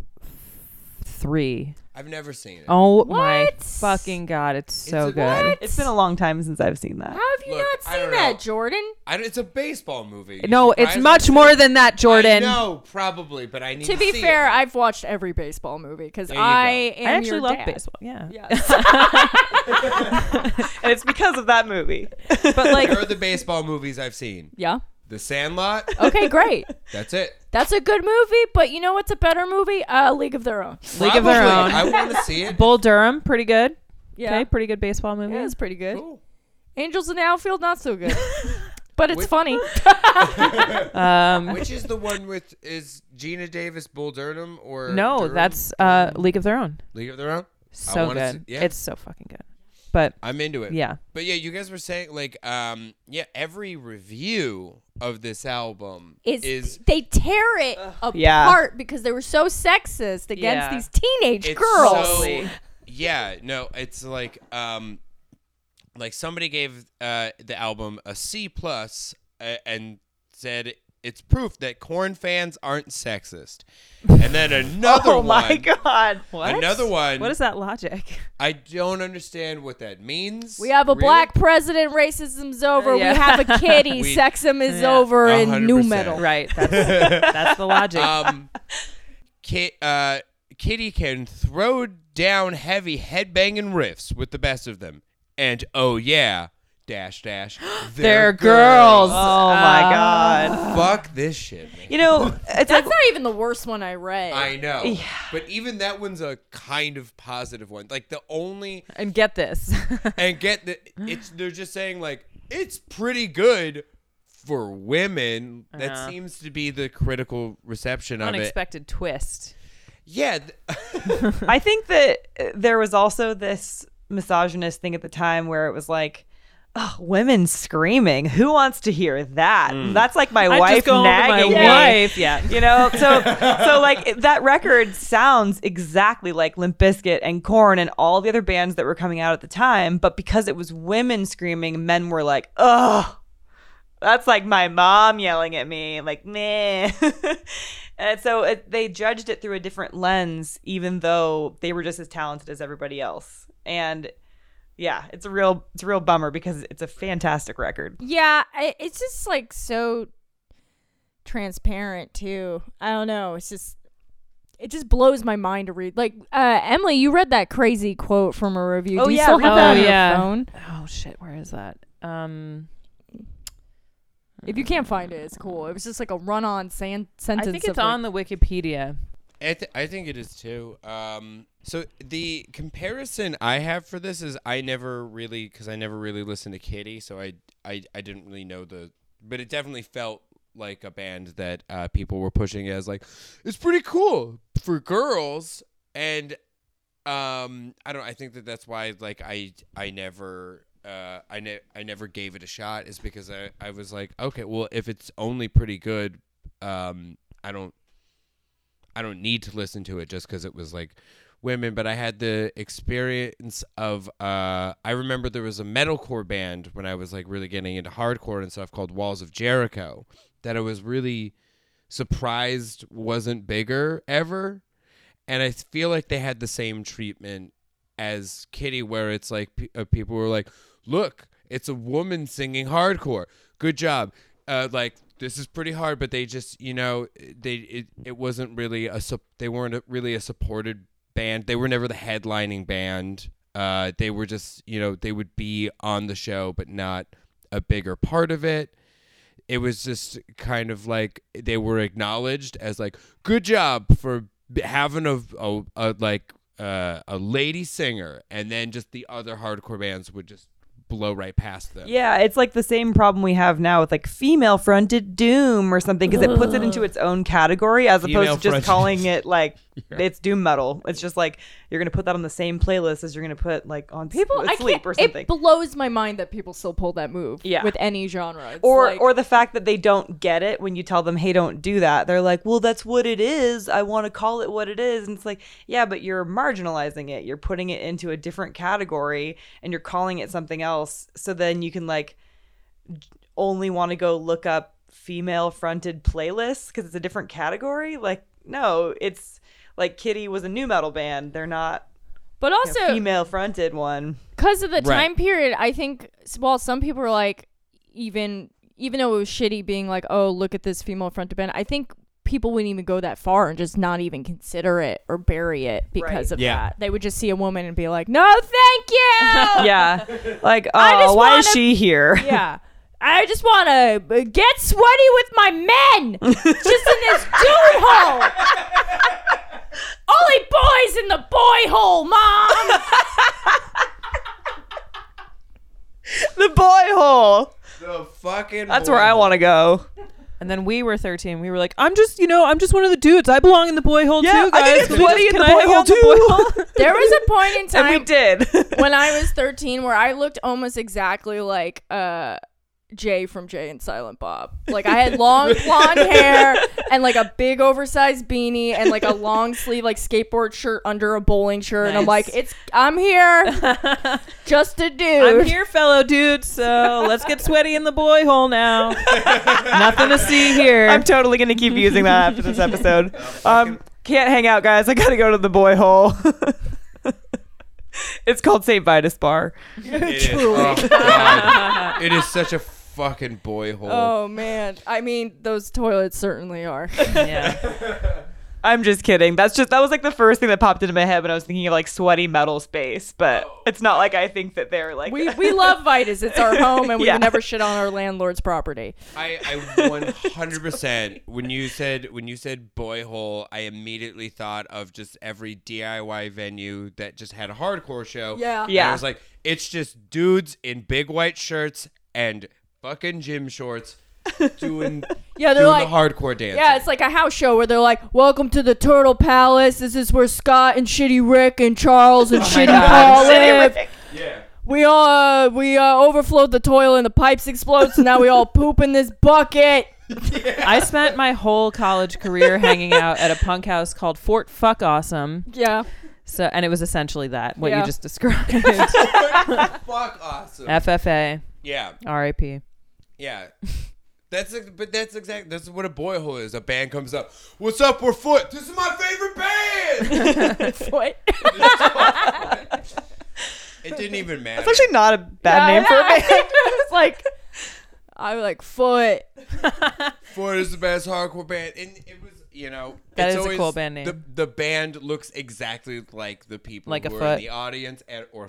3 I've never seen it. Oh my What? fucking god, it's so a- good. What? It's been a long time since I've seen that. how have you Look, not I seen don't that, know. Jordan? I don't- it's a baseball movie. You No, it's surprised much me? more than that, Jordan. I know, probably, but I need to, To be see fair, it. I've watched every baseball movie because There you I I am actually your love dad. baseball. Yeah. Yes. and it's because of that movie. But like There are the baseball movies I've seen. yeah. The Sandlot. Okay, great. That's it. That's a good movie, but you know what's a better movie? Uh, League of Their Own. League of Their Probably. Own. I want to see it. Bull Durham, pretty good. Yeah. Okay, pretty good baseball movie. Yeah, it's pretty good. Cool. Angels in the Outfield, not so good. but it's Which- funny. Um Which is the one with is Gina Davis Bull Durham or no, Durham? that's uh League of Their Own. League of Their Own. So wanna good. see- yeah. It's so fucking good. But I'm into it. yeah. But yeah, you guys were saying like um yeah, every review of this album is, is, they tear it apart Yeah. because they were so sexist against Yeah. these teenage it's girls. so- yeah, no, it's like um like somebody gave uh the album a C plus uh, and said it's proof that corn fans aren't sexist. And then another Oh one, my god. What? Another one. What is that logic? I don't understand what that means. we have a really. black president, racism's over. Yeah. We have a kitty, We- sexism is Yeah. over, and 100%. new metal. Right. That's that's the logic. um, Ki uh, Kitty can throw down heavy headbanging riffs with the best of them, and oh yeah, dash dash, They're girls. Uh, Oh my god. Fuck this shit, man. You know, it's like That's not even the worst one I read. I know, but even that one's a kind of positive one. Like the only And get this. and get the it's they're just saying like it's pretty good for women. That seems to be the critical reception of it. Unexpected twist. Yeah, th- I think that uh, there was also this misogynist thing at the time where it was like "Ugh, women screaming. Who wants to hear that? That's like my I'm wife Mm. just going over my nagging me. wife. Yeah. You know, so so like it- that record sounds exactly like Limp Bizkit and Korn and all the other bands that were coming out at the time, but because it was women screaming, men were like, "Ugh, that's like my mom yelling at me, like meh. and so it, they judged it through a different lens, even though they were just as talented as everybody else. And yeah, it's a real it's a real bummer because it's a fantastic record. Yeah, I, it's just like so transparent too. I don't know. It's just it just blows my mind to read. Like uh, Emily, you read that crazy quote from a review. Oh, Do you yeah, still read have that. that on Oh, yeah. your phone? Oh shit, where is that? Um If you can't find it, it's cool. It was just like a run-on san- I sentence. think it's of, like- on the Wikipedia. I, th- I think it is too. Um, so the comparison I have for this is I never really because I never really listened to Kitty, so I, I I didn't really know the, but it definitely felt like a band that uh, people were pushing as like it's pretty cool for girls, and um I don't I think that that's why like I I never. Uh, I ne- I never gave it a shot is because I, I was like okay well if it's only pretty good um I don't I don't need to listen to it just because it was like women, but I had the experience of uh, I remember there was a metalcore band when I was like really getting into hardcore and stuff called Walls of Jericho that I was really surprised wasn't bigger ever, and I feel like they had the same treatment as Kitty, where it's like pe- uh, people were like, "Look, it's a woman singing hardcore. Good job." Uh, like this is pretty hard, but they just you know they it, it wasn't really a sup- they weren't a, really a supported band. They were never the headlining band. Uh, they were just you know they would be on the show, but not a bigger part of it it was just kind of like they were acknowledged as like good job for b- having a, a, a like uh, a lady singer and then just the other hardcore bands would just blow right past them Yeah, it's like the same problem we have now with like female fronted doom or something because it puts it into its own category as opposed to Female-fronted. just calling it like it's doom metal. It's just like you're gonna put that on the same playlist as you're gonna put like on people. I s- sleep can't, or something. It blows my mind that people still pull that move. Yeah. with any genre. It's or like- or the fact that they don't get it when you tell them hey don't do that they're like well that's what it is i want to call it what it is and it's like yeah but you're marginalizing it you're putting it into a different category and you're calling it something else so then you can like j- only want to go look up female fronted playlists because it's a different category like no it's like kitty was a new metal band they're not but also female fronted one because of the Right. time period i think s- while some people are like even even though it was shitty being like oh look at this female fronted band i think people wouldn't even go that far and just not even consider it or bury it because Right. of Yeah. that they would just see a woman and be like no thank you yeah like I oh just why is wanna- she here yeah I just want to get sweaty with my men, just in this dude hole. Only boys in the boy hole, mom. the boy hole the fucking That's where I want to go. And then we were 13. We were like, I'm just, you know, I'm just one of the dudes. I belong in the boy hole Yeah, too, I guys. think it's Can I bloody just- in can the I boy have hole the too. boy hole? There was a point in time and we did. when I was 13 where I looked almost exactly like uh Jay from Jay and Silent Bob. Like I had long blonde hair and like a big oversized beanie and like a long sleeve like skateboard shirt under a bowling shirt and I'm Nice. like it's I'm here just a dude. I'm here, fellow dudes. So let's get sweaty in the boy hole now. Nothing to see here. I'm totally going to keep using that after this episode. Um, can't hang out, guys. I got to go to the boy hole. it's called St. Vitus Bar. it is, oh, God. it is such a fucking boy hole Oh man. I mean those toilets certainly are. yeah. I'm just kidding. That's just that was like the first thing that popped into my head when I was thinking of like sweaty metal space, but it's not like I think that they're like We we love Vitus. It's our home and we Yeah. would never shit on our landlord's property. I, I 100% when you said when you said boy hole I immediately thought of just every DIY venue that just had a hardcore show Yeah. And Yeah. I was like, it's just dudes in big white shirts and fucking gym shorts doing, Yeah, they're doing like the hardcore dance. Yeah, it's like a house show where they're like, "Welcome to the Turtle Palace. This is where Scott and Shitty Rick and Charles and Shitty Paul Shitty live. Rick. yeah. we all uh, we uh, overflowed the toilet and the pipes explode, so now we all poop in this bucket. I spent my whole college career hanging out at a punk house called Fort Fuck Awesome. Yeah. So, and it was essentially that what Yeah. you just described. Fuck awesome. FFA, yeah, RIP. yeah. That's ex- but that's exactly that's what a boy hole is. A band comes up. What's up? We're foot. This is my favorite band. What? it didn't even matter. It's actually not a bad Yeah, name for yeah, I a band. think it was like I was like foot. Foot is the best hardcore band, and it was you know That it's is a always- cool band name. The, the band looks exactly like the people Like a who were foot. in the audience at or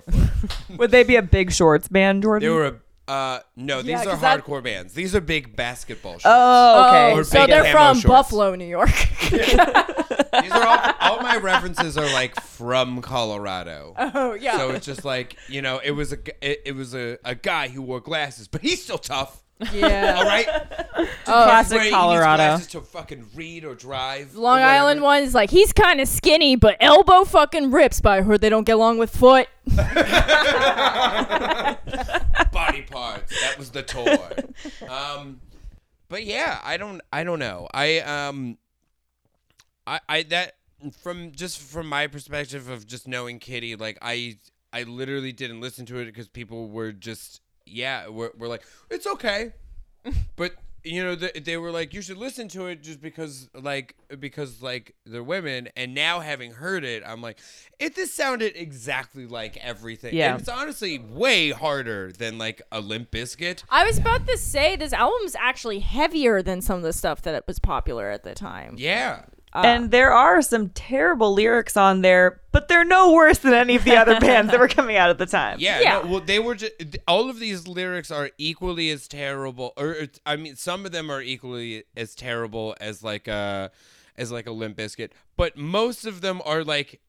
foot. Would they be a Big Shorts band, Jordan? they were a uh, no. These Yeah, are 'cause that- hardcore bands. These are big basketball. Shorts. oh, okay. Or Um, so big camo they're from shorts. Buffalo, New York. These are all, all my references are like from Colorado. oh yeah. So it's just like you know, it was a g- it, it was a, a guy who wore glasses, but he's still tough. All yeah. right, Classic Right, he needs Colorado. glasses to fucking read or drive. or Long whatever. Island one is like he's kind of skinny, but elbow fucking rips. But I heard they don't get along with foot. body parts. That was the tour. Um, but yeah, I don't, I don't know. I, um, I, I that from just from my perspective of just knowing Kitty, like I, I literally didn't listen to it because people were just, yeah, we're, were like, it's okay, but you know th- they were like you should listen to it just because like because like they're women and now having heard it i'm like it this sounded exactly like everything Yeah. and it's honestly way harder than like a limp biscuit I was about to say this album's actually heavier than some of the stuff that was popular at the time. yeah and there are some terrible lyrics on there, but they're no worse than any of the other bands that were coming out at the time. yeah, Yeah. no, well they were just all of these lyrics are equally as terrible or it's- i mean some of them are equally as terrible as like a as like a limp biscuit but most of them are like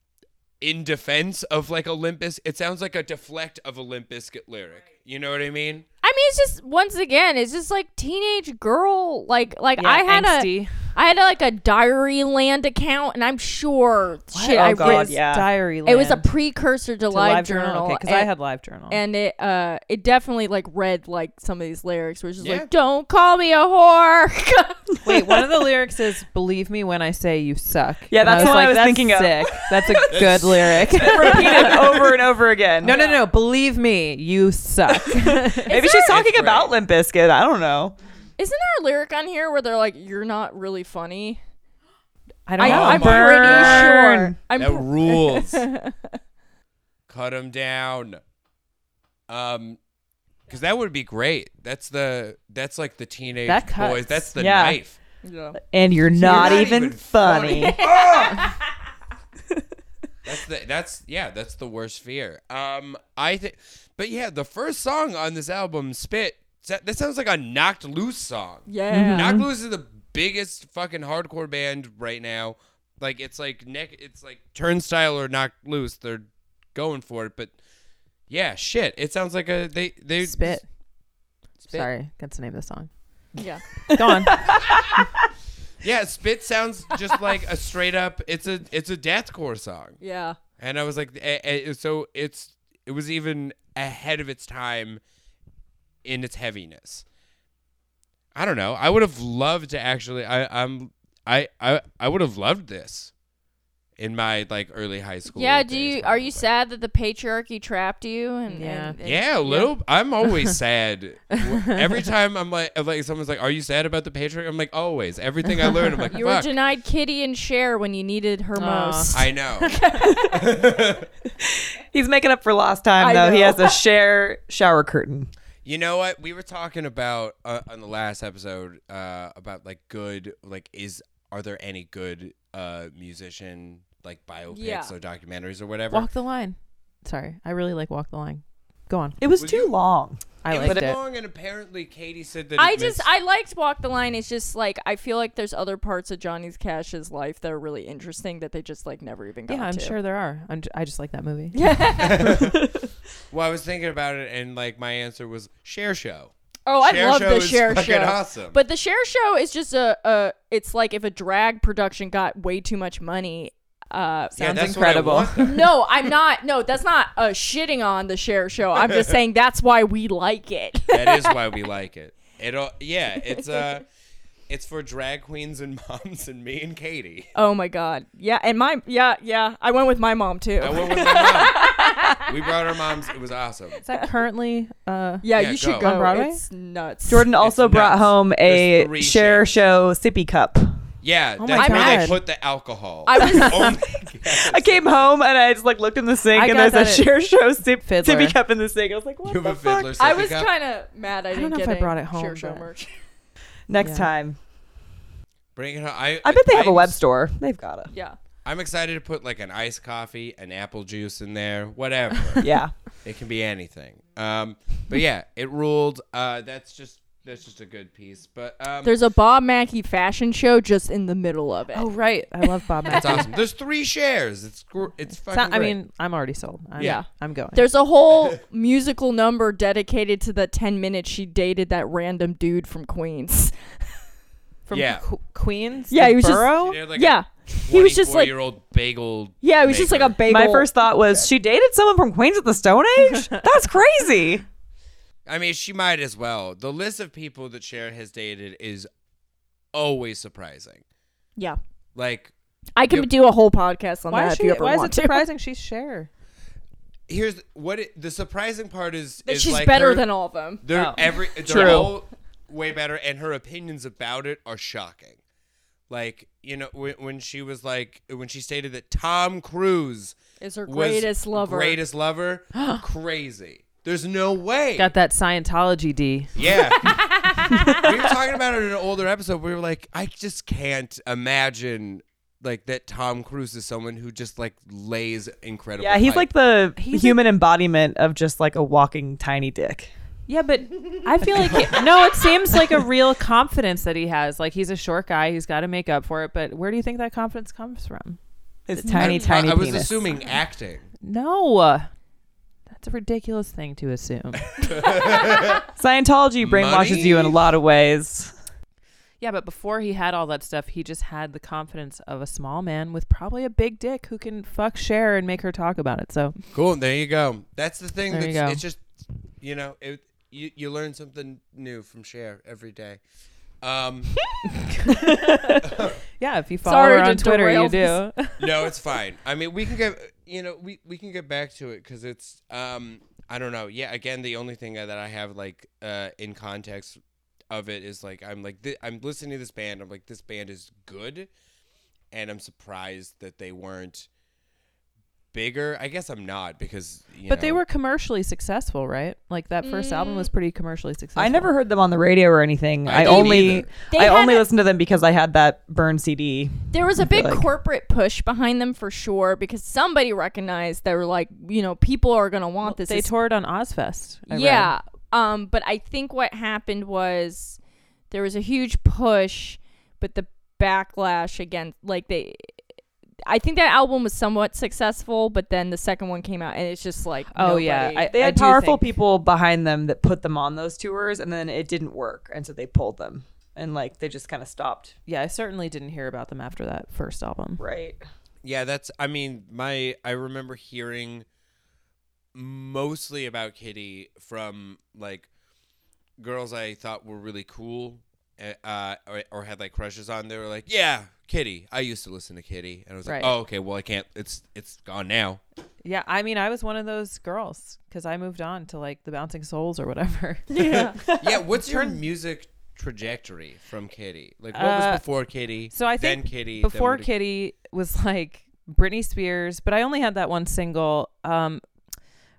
in defense of like Olympus, it sounds like a deflect of Olympus lyric. You know what I mean? I mean, it's just once again, it's just like teenage girl. Like, like Yeah, I had angsty. a, I had like a Diary Land account, and I'm sure shit. Oh, I God, raised- yeah. Diary. It was a Land. precursor to, To Live, Journal, Okay, because and, I had live journal. and it, uh, it definitely like read like some of these lyrics, which is Yeah. like, "Don't call me a whore." Wait, one of the lyrics is "Believe me when I say you suck." Yeah, And that's I was the one I like, was that's thinking of. sick. That's a good lyric. Repeated over and over again. No, no, no. Believe me, you suck. Maybe she's talking It's great. about Limp Bizkit. I don't know. Isn't there a lyric on here where they're like, "You're not really funny"? I don't I, know. Oh I'm my pretty Burn. sure. I'm that pr- rules. Cut him down. Um, because that would be great. That's the that's like the teenage That cuts. boys. That's the Yeah. knife. yeah. And you're not, not even, even funny. That's the that's yeah. That's the worst fear. Um, I think, but yeah, the first song on this album, "Spit," sa- that sounds like a knocked loose song. Yeah. knocked loose is the biggest fucking hardcore band right now. Like it's like neck, it's like Turnstile or Knocked Loose. They're going for it, but yeah, shit. It sounds like a they they Spit. Spit. Sorry, that's the name of the song. yeah. Go on. Yeah, spit sounds just like a straight up. It's a it's a deathcore song, Yeah. and I was like, eh, eh, so it's it was even ahead of its time in its heaviness. I don't know. I would have loved to actually. I I'm I I I would have loved this in my like early high school. Yeah, do days, you are probably. you sad that the patriarchy trapped you? And, Yeah. and- and- Yeah, a little. I'm always sad. Every time I'm like, like someone's like, "Are you sad about the patriarchy?" I'm like, always. Everything I learn, I'm like, You were "Fuck." denied Kitty and Cher when you needed her Aw. most. I know. He's making up for lost time I though. He know. has a share shower curtain. You know what? We were talking about uh, on the last episode uh, about like good, like is are there any good uh, musician like biopics Yeah. or documentaries or whatever? Walk the line. Sorry, I really like Walk the Line. Go on. It was Would too you- long. I it was liked it. long, and apparently Katie said that. I it just missed- I liked Walk the Line. It's just like I feel like there's other parts of Johnny's Cash's life that are really interesting that they just like never even got Yeah, I'm to. sure there are. I'm j- I just like that movie. well, I was thinking about it, and like my answer was share show. Oh, I Cher love show the is share fucking show. awesome. But the share show is just a, a it's like if a drag production got way too much money, Uh, yeah, Sounds that's incredible. What I want. no, I'm not. No, that's not uh, shitting on the share show. I'm just saying that's why we like it. that is why we like it. It'll yeah, it's uh it's for drag queens and moms and me and Katie. oh my god. Yeah, and my yeah yeah. I went with my mom too. I went with my mom. We brought our moms. It was awesome. Is that currently? Uh, yeah, Yeah, you go. should go. On Broadway? Oh, It's nuts. Jordan also brought nuts. home There's a three share shapes. show sippy cup. Yeah, Oh my that's where they God. put the alcohol. Oh I was- was. I came home and I just like looked in the sink I and got there's a that at share show sip, Fiddler. sippy cup in the sink. I was like, what You have the a fuck? fiddler. I sippy was cup? kind of mad. I, don't didn't know get if I any brought it home, Share show but- merch. Next Yeah. time. Bring it. home. I, I bet they have a I'm- web store. They've got it. Yeah. I'm excited to put like an iced coffee, an apple juice in there, whatever. Yeah. it can be anything. Um, but yeah, it ruled. Uh, that's just that's just a good piece. But um, There's a Bob Mackey fashion show just in the middle of it. Oh right, I love Bob. that's Mackie. awesome. There's three shares. It's gr- it's It's fucking. not- I great. mean, I'm already sold. I'm, Yeah. yeah, I'm going. There's a whole musical number dedicated to the 10 minutes she dated that random dude from Queens. From Yeah. Qu- Queens. Yeah, the he was just- borough? She had, like, a yeah. He was just like 24-year-old bagel. Yeah, it was just like maker. a bagel. My first thought was she dated someone from Queens at the Stone Age? That's crazy. I mean, she might as well. The list of people that Cher has dated is always surprising. Yeah. Like, I could Yep. do a whole podcast on Why that is if she? you ever Why is want it surprising she's share? here's what it, the surprising part is: to. That is she's like better her- than all of them. They're Oh. every they're True. all way better, and her opinions about it are shocking. Like you know, when, when she was like, when she stated that Tom Cruise Is her was greatest lover. greatest lover, crazy. There's no way. Got that Scientology D. Yeah, we were talking about it in an older episode. We were like, I just can't imagine like that. Tom Cruise is someone who just like lays incredible. Yeah, he's like pipe. the He's human embodiment of just like a walking tiny dick. Yeah, but I feel like he- no. It seems like a real confidence that he has. Like he's a short guy. He's got to make up for it. But where do you think that confidence comes from? His I- tiny, tiny I, I was penis. assuming acting. No, that's a ridiculous thing to assume. Scientology brainwashes Money? you in a lot of ways. yeah, but before he had all that stuff, he just had the confidence of a small man with probably a big dick who can fuck share and make her talk about it. So Cool. There you go. That's the thing. There That's, you go. It's just, you know, it, you, you learn something new from Cher every day. Um, yeah, if you follow Sorry her to on Twitter, derail you do. this. no, it's fine. I mean, we can get, you know, we, we can get back to it because it's, um, I don't know. Yeah. Again, the only thing that I have like uh, in context of it is like I'm like th- I'm listening to this band. I'm like this band is good, and I'm surprised that they weren't bigger. I guess I'm not because you But they know, were commercially successful, right? Like that first album was pretty commercially successful. I never heard them on the radio or anything. I I, didn't only either. They I had only a- listened to them because I had that burn CD. There was a big like- corporate push behind them for sure because somebody recognized they were like, you know, people are going to want this. They It's- toured on Ozfest. I read. yeah. Um, but I think what happened was there was a huge push, but the backlash against like they. I think that album was somewhat successful, but then the second one came out, and it's just like Oh, yeah. nobody- I- They had do powerful think- people behind them that put them on those tours, and then it didn't work, and so they pulled them, and like they just kind of stopped. Yeah, I certainly didn't hear about them after that first album. Right. Yeah, that's. I mean, my I remember hearing mostly about Kitty from like girls I thought were really cool, eh, uh, or, or had like crushes on. They were like, "Yeah, Kitty. I used to listen to Kitty," and I was Right. like, "Oh, okay. Well, I can't. It's it's gone now." Yeah, I mean, I was one of those girls because I moved on to like the Bouncing Souls or whatever. yeah. What's your music trajectory from Kitty? Like, what Uh, was before Kitty? So I think then Kitty. then before what did- Kitty was like Britney Spears, but I only had that one single. Um,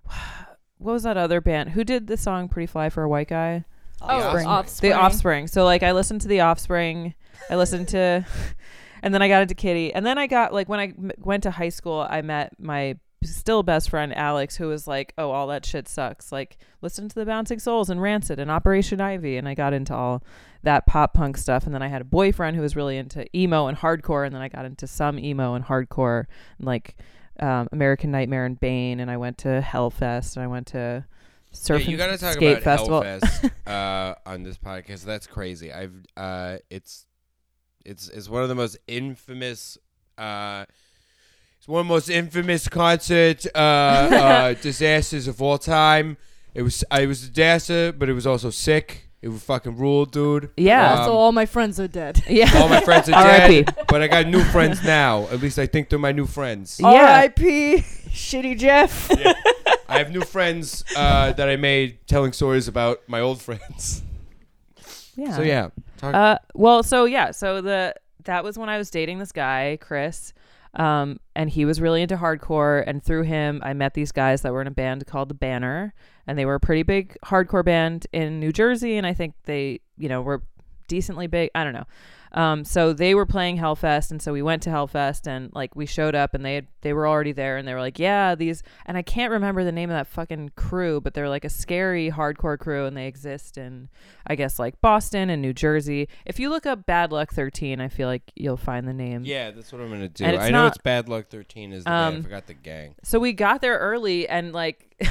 what was that other band? Who did the song "Pretty Fly" for a white guy? oh, Offspring. offspring. The Offspring. So like, I listened to the Offspring. I listened to, and then I got into Kitty, and then I got like when I m- went to high school, I met my still best friend Alex, who was like, "Oh, all that shit sucks." Like, listen to the Bouncing Souls and Rancid and Operation Ivy, and I got into all that pop punk stuff. And then I had a boyfriend who was really into emo and hardcore, and then I got into some emo and hardcore, and like um, American Nightmare and Bane, and I went to Hellfest, and I went to Yeah, Surf you and gotta talk Skate about Festival. Hellfest uh, on this podcast. That's crazy. I've uh, it's it's it's one of the most infamous uh, It's one of the most infamous concert uh, uh, disasters of all time. It was I was a dancer, but it was also sick. It was fucking ruled, dude. Yeah. also, Um, all my friends are dead. Yeah. all my friends are R.I.P.. dead, but I got new friends now. At least I think they're my new friends. Yeah. R.I.P. Shitty Jeff. I have new friends uh, that I made telling stories about my old friends. Yeah. So yeah, talk- Uh, well, so yeah, so the that was when I was dating this guy, Chris, um, and he was really into hardcore. And through him, I met these guys that were in a band called The Banner, and they were a pretty big hardcore band in New Jersey. And I think they, you know, were decently big. I don't know. Um, so they were playing Hellfest, and so we went to Hellfest, and like we showed up, and they had, they were already there, and they were like, yeah, these, and I can't remember the name of that fucking crew, but they're like a scary hardcore crew, and they exist in, I guess, like Boston and New Jersey. If you look up Bad Luck Thirteen, I feel like you'll find the name. yeah, that's what I'm gonna do. And it's I know not- it's bad luck. Thirteen is the Um, band. I forgot the gang. So we got there early, and like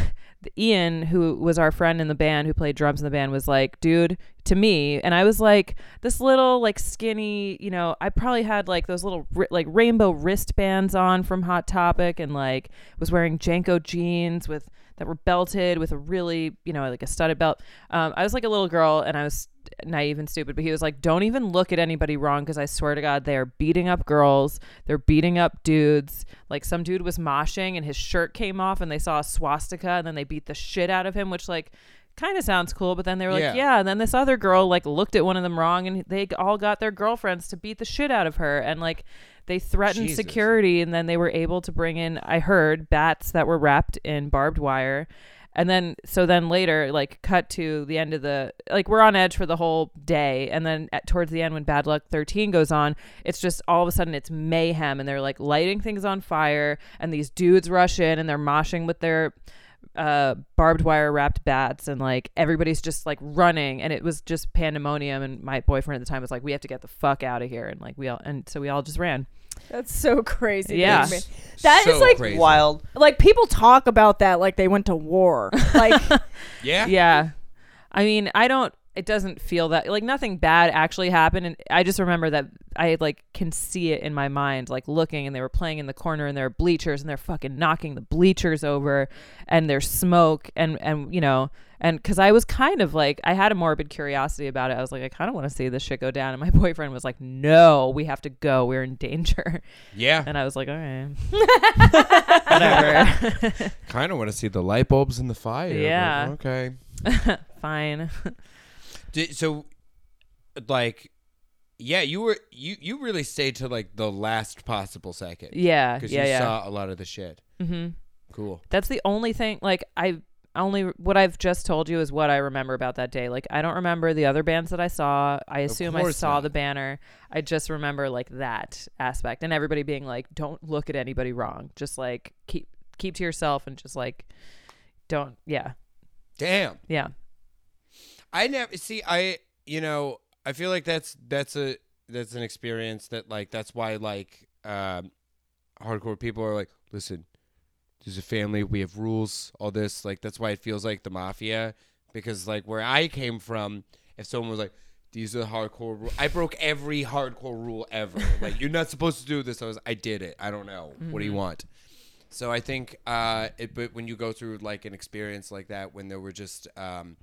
Ian, who was our friend in the band, who played drums in the band, was like, dude, to me. And I was like, this little, like, skinny, you know, I probably had like those little, ri- like, rainbow wristbands on from Hot Topic and like was wearing Janko jeans with that were belted with a really, you know, like a studded belt. Um, I was like a little girl and I was naive and stupid, but he was like, don't even look at anybody wrong because I swear to God, they are beating up girls. They're beating up dudes. Like some dude was moshing and his shirt came off and they saw a swastika and then they beat the shit out of him, which like kind of sounds cool. But then they were Yeah. like, yeah. And then this other girl like looked at one of them wrong and they all got their girlfriends to beat the shit out of her. And like, they threatened Jesus. security and then they were able to bring in i heard bats that were wrapped in barbed wire and then so then later like cut to the end of the like we're on edge for the whole day and then at, towards the end when bad luck 13 goes on it's just all of a sudden it's mayhem and they're like lighting things on fire and these dudes rush in and they're moshing with their uh, barbed wire wrapped bats and like everybody's just like running and it was just pandemonium and my boyfriend at the time was like we have to get the fuck out of here and like we all and so we all just ran That's so crazy. Yeah. That is That is, like, crazy. Wild. like people talk about that like they went to war. Like Yeah. yeah i mean i don't it doesn't feel that like nothing bad actually happened and i just remember that i like can see it in my mind like looking and they were playing in the corner and there are bleachers and they're fucking knocking the bleachers over and there's smoke and and you know and because i was kind of like i had a morbid curiosity about it i was like i kind of want to see this shit go down and my boyfriend was like no we have to go we're in danger Yeah. and i was like all right Whatever. kind of want to see the light bulbs in the fire. but Yeah. Okay. fine Did, so, like, yeah, you were you you really stayed to like the last possible second. yeah Because yeah you yeah saw a lot of the shit. mm-hmm. Cool. That's the only thing. Like I only what I've just told you is what I remember about that day. Like I don't remember the other bands that I saw. I assume I course saw not. the banner. I just remember like that aspect and everybody being like, "Don't look at anybody wrong. Just like keep keep to yourself and just like don't." Yeah, Damn. yeah. I never see. I you know I feel like that's that's a that's an experience that like that's why like um, hardcore people are like listen, there's a family. We have rules. All this like that's why it feels like the mafia because like where I came from, if someone was like. These are the hardcore rules. I broke every hardcore rule ever. Like you're not supposed to do this. I was I did it. I don't know. What do you want? So I think uh it but when you go through like an experience like that when there were just um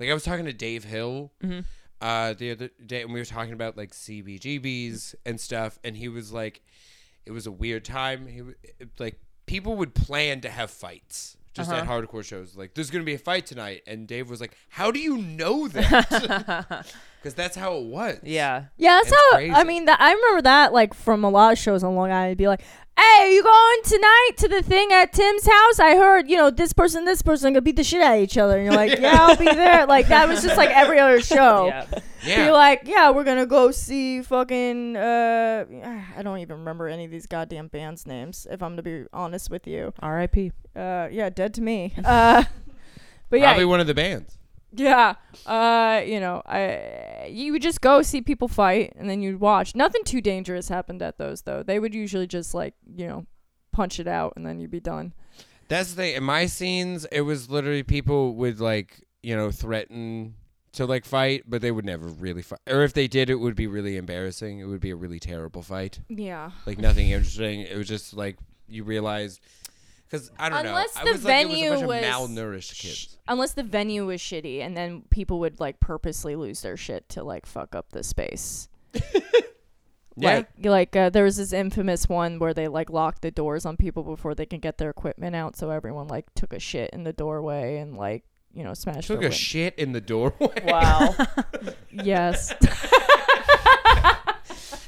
like I was talking to Dave Hill Mm-hmm. uh, the other day, and we were talking about like CBGBs and stuff, and he was like, "It was a weird time. He w- it- like people would plan to have fights." Just at Uh-huh. hardcore shows, like there's gonna be a fight tonight, and Dave was like, "How do you know that?" Because that's how it was. Yeah. Yeah, that's It's how I crazy. mean that I remember that like from a lot of shows on Long Island it'd be like, Hey, you going tonight to the thing at Tim's house? I heard, you know, this person, this person are gonna beat the shit out of each other and you're like, Yeah, I'll be there. Like that was just like every other Oh. show. Yeah. yeah. Be like, yeah, we're gonna go see fucking. Uh, I don't even remember any of these goddamn bands' names. If I'm gonna be honest with you, R.I.P. uh, yeah, dead to me. Uh, but yeah, Probably one of the bands. yeah, uh, you know, I you would just go see people fight and then you'd watch. Nothing too dangerous happened at those though. They would usually just like you know, punch it out and then you'd be done. That's the thing. In my scenes, it was literally people would like you know threaten to like fight, but they would never really fight. Or if they did, it would be really embarrassing. It would be a really terrible fight. Yeah. Like nothing interesting. It was just like you realized because I don't Unless know. I the was like, it venue was a was- bunch of malnourished kids. Unless the venue was shitty, and then people would like purposely lose their shit to like fuck up the space. Yeah, Like, like uh, there was this infamous one where they like locked the doors on people before they could get their equipment out, so everyone like took a shit in the doorway and like you know smashed. took their a win- shit in the doorway. Wow. Yes.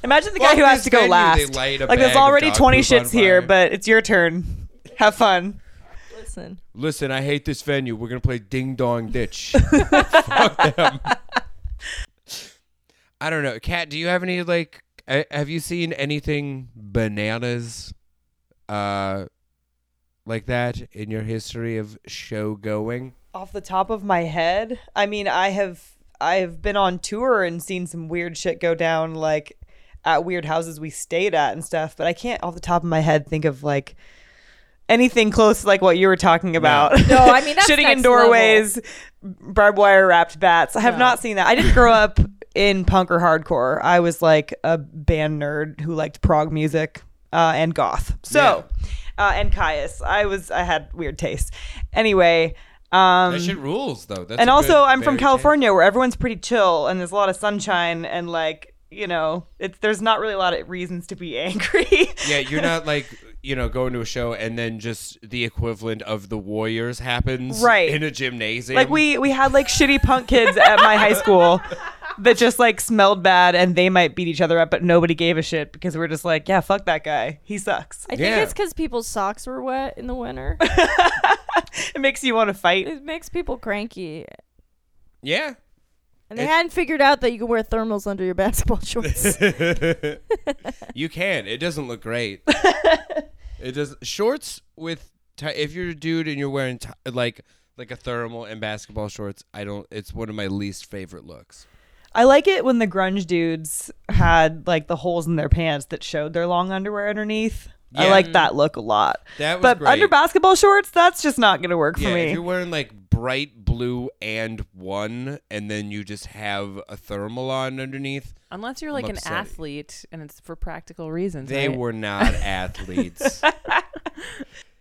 Imagine the Fuck guy who has this to go venue, last. they light a Like there's bag of already dog 20 poop on shits here, fire. but it's your turn. Have fun. Listen. Listen, I hate this venue. We're gonna play Ding Dong Ditch. Fuck them. I don't know, Kat. Do you have any like? a- Have you seen anything bananas, uh, like that in your history of show going? Off the top of my head, I mean, I have I've been on tour and seen some weird shit go down like at weird houses we stayed at and stuff, but I can't off the top of my head think of like anything close to like what you were talking about. No, I mean that's shitting next in doorways, barbed wire wrapped bats. I have No. not seen that. I didn't grow up in punk or hardcore. I was like a band nerd who liked prog music uh, and goth. So, uh, and Caius. I was I had weird taste. Anyway, um, that shit rules, though. That's and a also good I'm from very California where everyone's pretty chill and there's a lot of sunshine and like you know it's there's not really a lot of reasons to be angry. tan- Yeah, you're not like you know going to a show and then just the equivalent of the Warriors happens Right. in a gymnasium. Like we we had like shitty punk kids at my high school that just like smelled bad and they might beat each other up, but nobody gave a shit because we are just like, yeah, fuck that guy, he sucks. I think Yeah. it's because people's socks were wet in the winter. It makes you want to fight. it makes people cranky, yeah. and they It- hadn't figured out that you can wear thermals under your basketball shorts. you can. It doesn't look great. it does. Shorts with ti if you're a dude and you're wearing ti like like a thermal and basketball shorts, I don't. It's one of my least favorite looks. I like it when the grunge dudes had like the holes in their pants that showed their long underwear underneath. I Yeah. like that look a lot. That was but great. under basketball shorts, that's just not gonna work yeah, for if me. you're wearing like bright blue and one, and then you just have a thermal on underneath, Unless you're like an upsetting. athlete and it's for practical reasons. they right? were not athletes.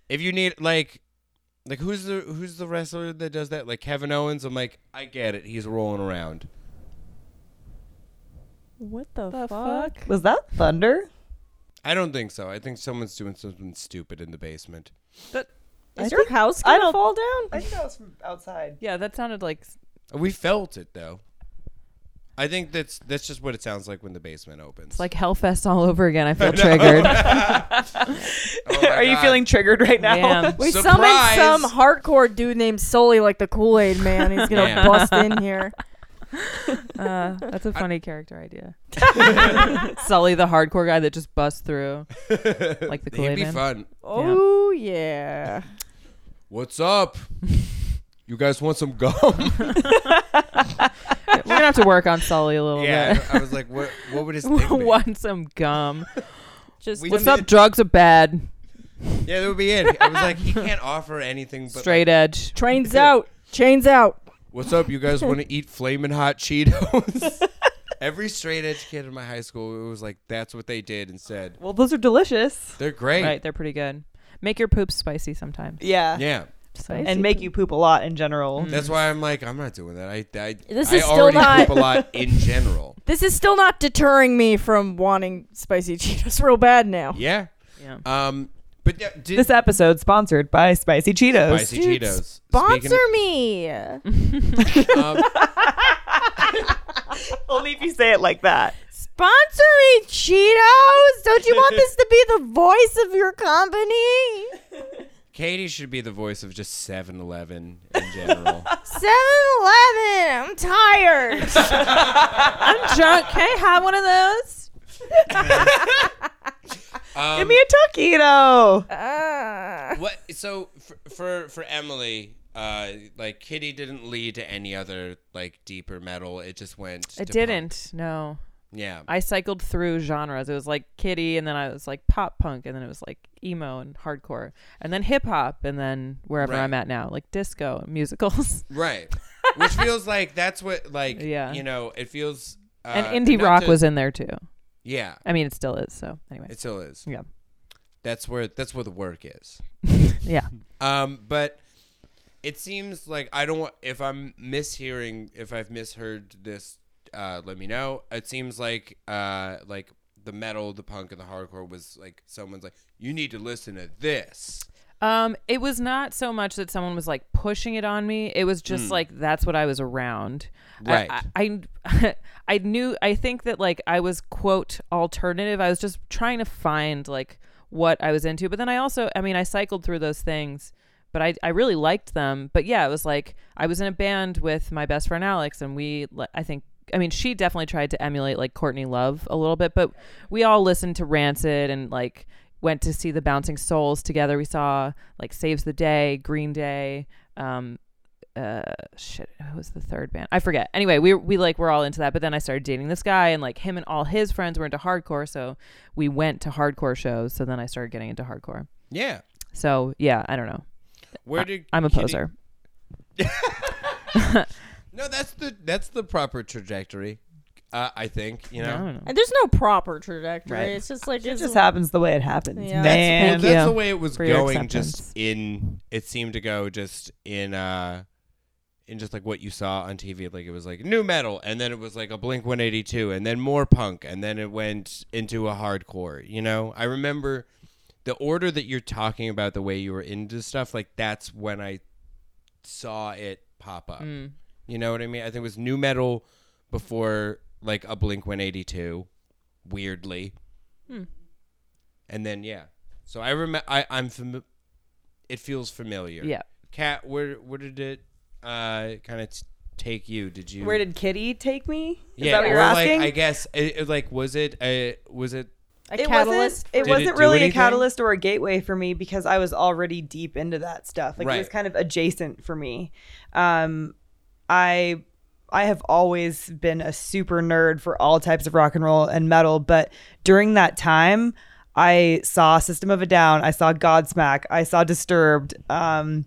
if you need like. Like who's the who's the wrestler that does that? Like Kevin Owens. I'm like, I get it. He's rolling around. what the, the fuck? fuck. Was that thunder? I don't think so. I think someone's doing something stupid in the basement. Is I your think- house I gonna don't- fall down? I think that was from outside. Yeah, that sounded like s- We felt it though. I think that's that's just what it sounds like when the basement opens. it's like Hellfest all over again. I feel triggered. Oh my Are you God. feeling triggered right now? Damn. We Surprise! summoned some hardcore dude named Sully, like the Kool Aid Man. He's gonna Yeah. bust in here. Uh, that's a funny character idea. Sully, the hardcore guy that just busts through, like the It'd Kool-Aid be man. fun. Oh yeah. What's up? you guys want some gum? We're gonna have to work on Sully a little yeah. I was like, what? What would his thing bit. be? Want some gum? Just We- What's don't up? need- Drugs are bad. Yeah, that would be it. I was like, he can't offer anything but Straight edge. trains out, chains out. What's up? You guys want to eat flaming hot Cheetos? Every straight edge kid in my high school, it was like that's what they did and said. Well, those are delicious. They're great. Right, they're pretty good. Make your poops spicy sometimes. Yeah. Yeah. Mm-hmm. Spicy. And make you poop a lot in general. That's why I'm like, I'm not doing that. I, I, This I is still already not- poop a lot in general. This is still not deterring me from wanting spicy Cheetos real bad now. Yeah. Yeah. Um, but yeah, did This episode sponsored by Spicy Cheetos. spicy Dude, Cheetos. Sponsor Speaking me. of- um, Only if you say it like that. Sponsor me, Cheetos. Don't you want this to be the voice of your company? Katie should be the voice of just 7-Eleven in general. 7 Eleven. I'm tired. I'm drunk. Can I have one of those? Um, Give me a taquito. Ah. what? So for for, for Emily, uh, like Kitty didn't lead to any other like deeper metal. It just went. to It punk. didn't. No. Yeah. I cycled through genres. It was like kitty, and then I was like pop punk, and then it was like emo and hardcore, and then hip hop, and then wherever Right. I'm at now, like disco and musicals. right. which feels like that's what like Yeah. you know it feels. Uh, and indie not rock to- was in there too. yeah. I mean, it still is. So anyway, It still is. yeah, That's where that's where the work is. yeah. Um, but it seems like I don't want if I'm mishearing if I've misheard this. Uh, let me know. It seems like uh, like the metal, the punk, and the hardcore was like someone's like you need to listen to this. Um, it was not so much that someone was like pushing it on me. It was just like that's what I was around. I- Right. I, I I knew. I think that like I was quote alternative. I was just trying to find like what I was into. But then I also, I mean, I cycled through those things. But I, I really liked them. But yeah, it was like I was in a band with my best friend Alex, and we li- I think I mean she definitely tried to emulate like Courtney Love a little bit, but we all listened to Rancid and like went to see the Bouncing Souls together. We saw like Saves the Day, Green Day, um, uh, shit, who was the third band? I forget. Anyway, we we like were all into that, but then I started dating this guy, and like him and all his friends were into hardcore, so we went to hardcore shows. So then I started getting into hardcore. Yeah. So yeah, I don't know. Where did I'm a Kitty- poser. No, that's the that's the proper trajectory. Uh, I think you I know. don't know. And there's no proper trajectory. Right. It's just like It it's just happens the way it happens, Yeah. That's- Well, man. Thank that's you the way it was for your going. Just acceptance. in, it seemed to go just in, uh in just like what you saw on TV. Like it was like new metal, and then it was like a Blink One Eighty Two, and then more punk, and then it went into a hardcore. You know, I remember the order that you're talking about, the way you were into stuff. Like that's when I saw it pop up. Mm. You know what I mean? I think it was new metal before like a Blink 182, weirdly. Hmm. And then yeah, so I remember I I'm fami- it feels familiar. Yeah. Cat, where where did it uh kind of t- take you? Did you Where did Kitty take me? Is yeah, that what you're or asking? like I guess it, it, like was it a was it a it catalyst. wasn't, it Did it wasn't do really a anything? catalyst or a gateway for me because I was already deep into that stuff. Like it was Right. kind of adjacent for me. Um, I I have always been a super nerd for all types of rock and roll and metal, but during that time, I saw System of a Down, I saw Godsmack, I saw Disturbed. Um,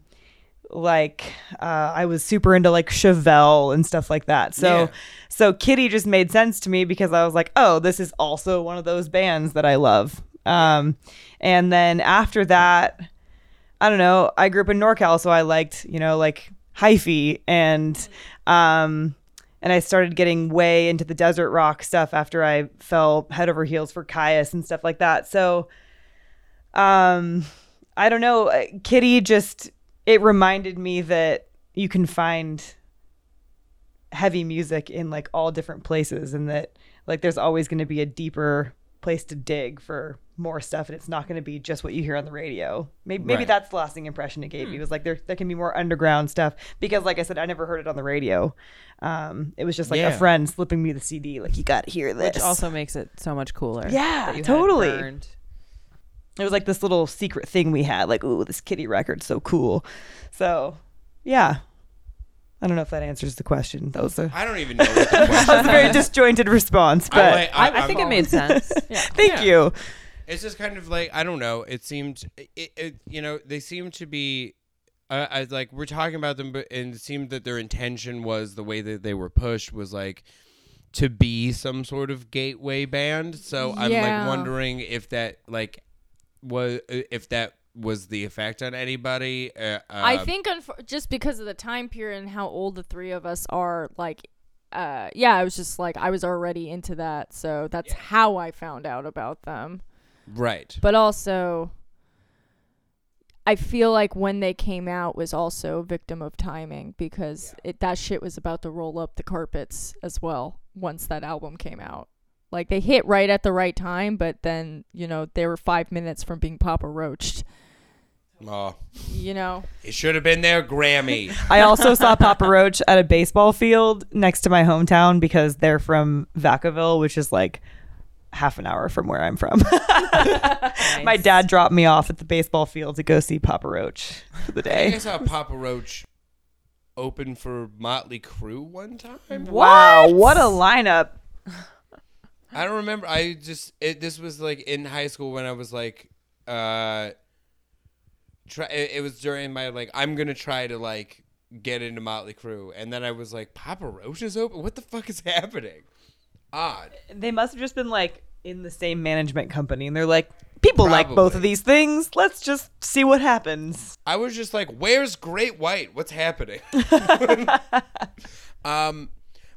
like uh, I was super into like Chevelle and stuff like that. So Yeah. so Kitty just made sense to me because I was like, oh, this is also one of those bands that I love. Um, and then after that, I don't know. I grew up in NorCal, so I liked you know like hyphy and um, and I started getting way into the desert rock stuff after I fell head over heels for Caius and stuff like that. So um i don't know uh, kitty just it reminded me that you can find heavy music in like all different places and that like there's always going to be a deeper place to dig for more stuff and it's not going to be just what you hear on the radio maybe, maybe Right. that's the lasting impression it gave me was like there, there can be more underground stuff because like i said i never heard it on the radio um it was just like Yeah. a friend slipping me the cd like you gotta hear this Which also makes it so much cooler. Yeah, that you had it totally. burned. it was like this little secret thing we had like ooh this kitty record's so cool so yeah i don't know if that answers the question that was a, I don't even know what the that question was a very disjointed response but like- I, I I'm- think it made sense. thank you It's just kind of like I don't know. It seemed it, it you know they seem to be. Uh, I like we're talking about them, but and it seemed that their intention was the way that they were pushed was like to be some sort of gateway band. So I'm Yeah. like wondering if that like was if that was the effect on anybody. Uh, I um, think unf- just because of the time period and how old the three of us are, like, uh, yeah, I was just like I was already into that, so that's how I found out about them. right. But also, I feel like when they came out was also a victim of timing because it that shit was about to roll up the carpets as well once that album came out. Like they hit right at the right time, but then you know they were five minutes from being Papa Roached. Oh, You know, it should have been their Grammy. i also saw papa roach at a baseball field next to my hometown because they're from vacaville which is like half an hour from where i'm from my dad dropped me off at the baseball field to go see papa roach for the I think day I saw Papa Roach open for Motley Crue one time. wow what a lineup I don't remember. I just it, this was like in high school when I was like, uh, try. It, it was during my like I'm gonna try to like get into Motley Crue, and then I was like, Papa Roach is open. What the fuck is happening? Odd. They must have just been like in the same management company, and they're like, people like both Probably. of these things. Let's just see what happens. I was just like, "Where's Great White? What's happening?" um,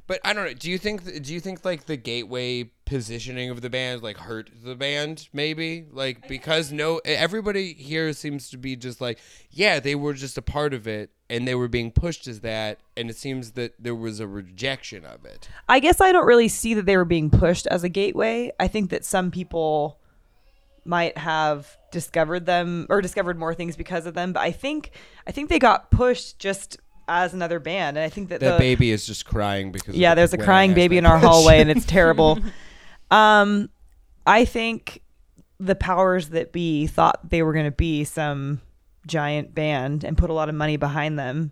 but I don't know. Do you think? Do you think like the gateway positioning of the band like hurt the band? Maybe like because no, e, everybody here seems to be just like, yeah, they were just a part of it, and they were being pushed as that, and it seems that there was a rejection of it. I guess I don't really see that they were being pushed as a gateway. I think that some people might have discovered them or discovered more things because of them, but I think I think they got pushed just as another band, and I think that, That the, baby is just crying because yeah, of there's a when I crying asked baby that in our question. hallway, and it's terrible. um, I think the powers that be thought they were going to be some giant band and put a lot of money behind them,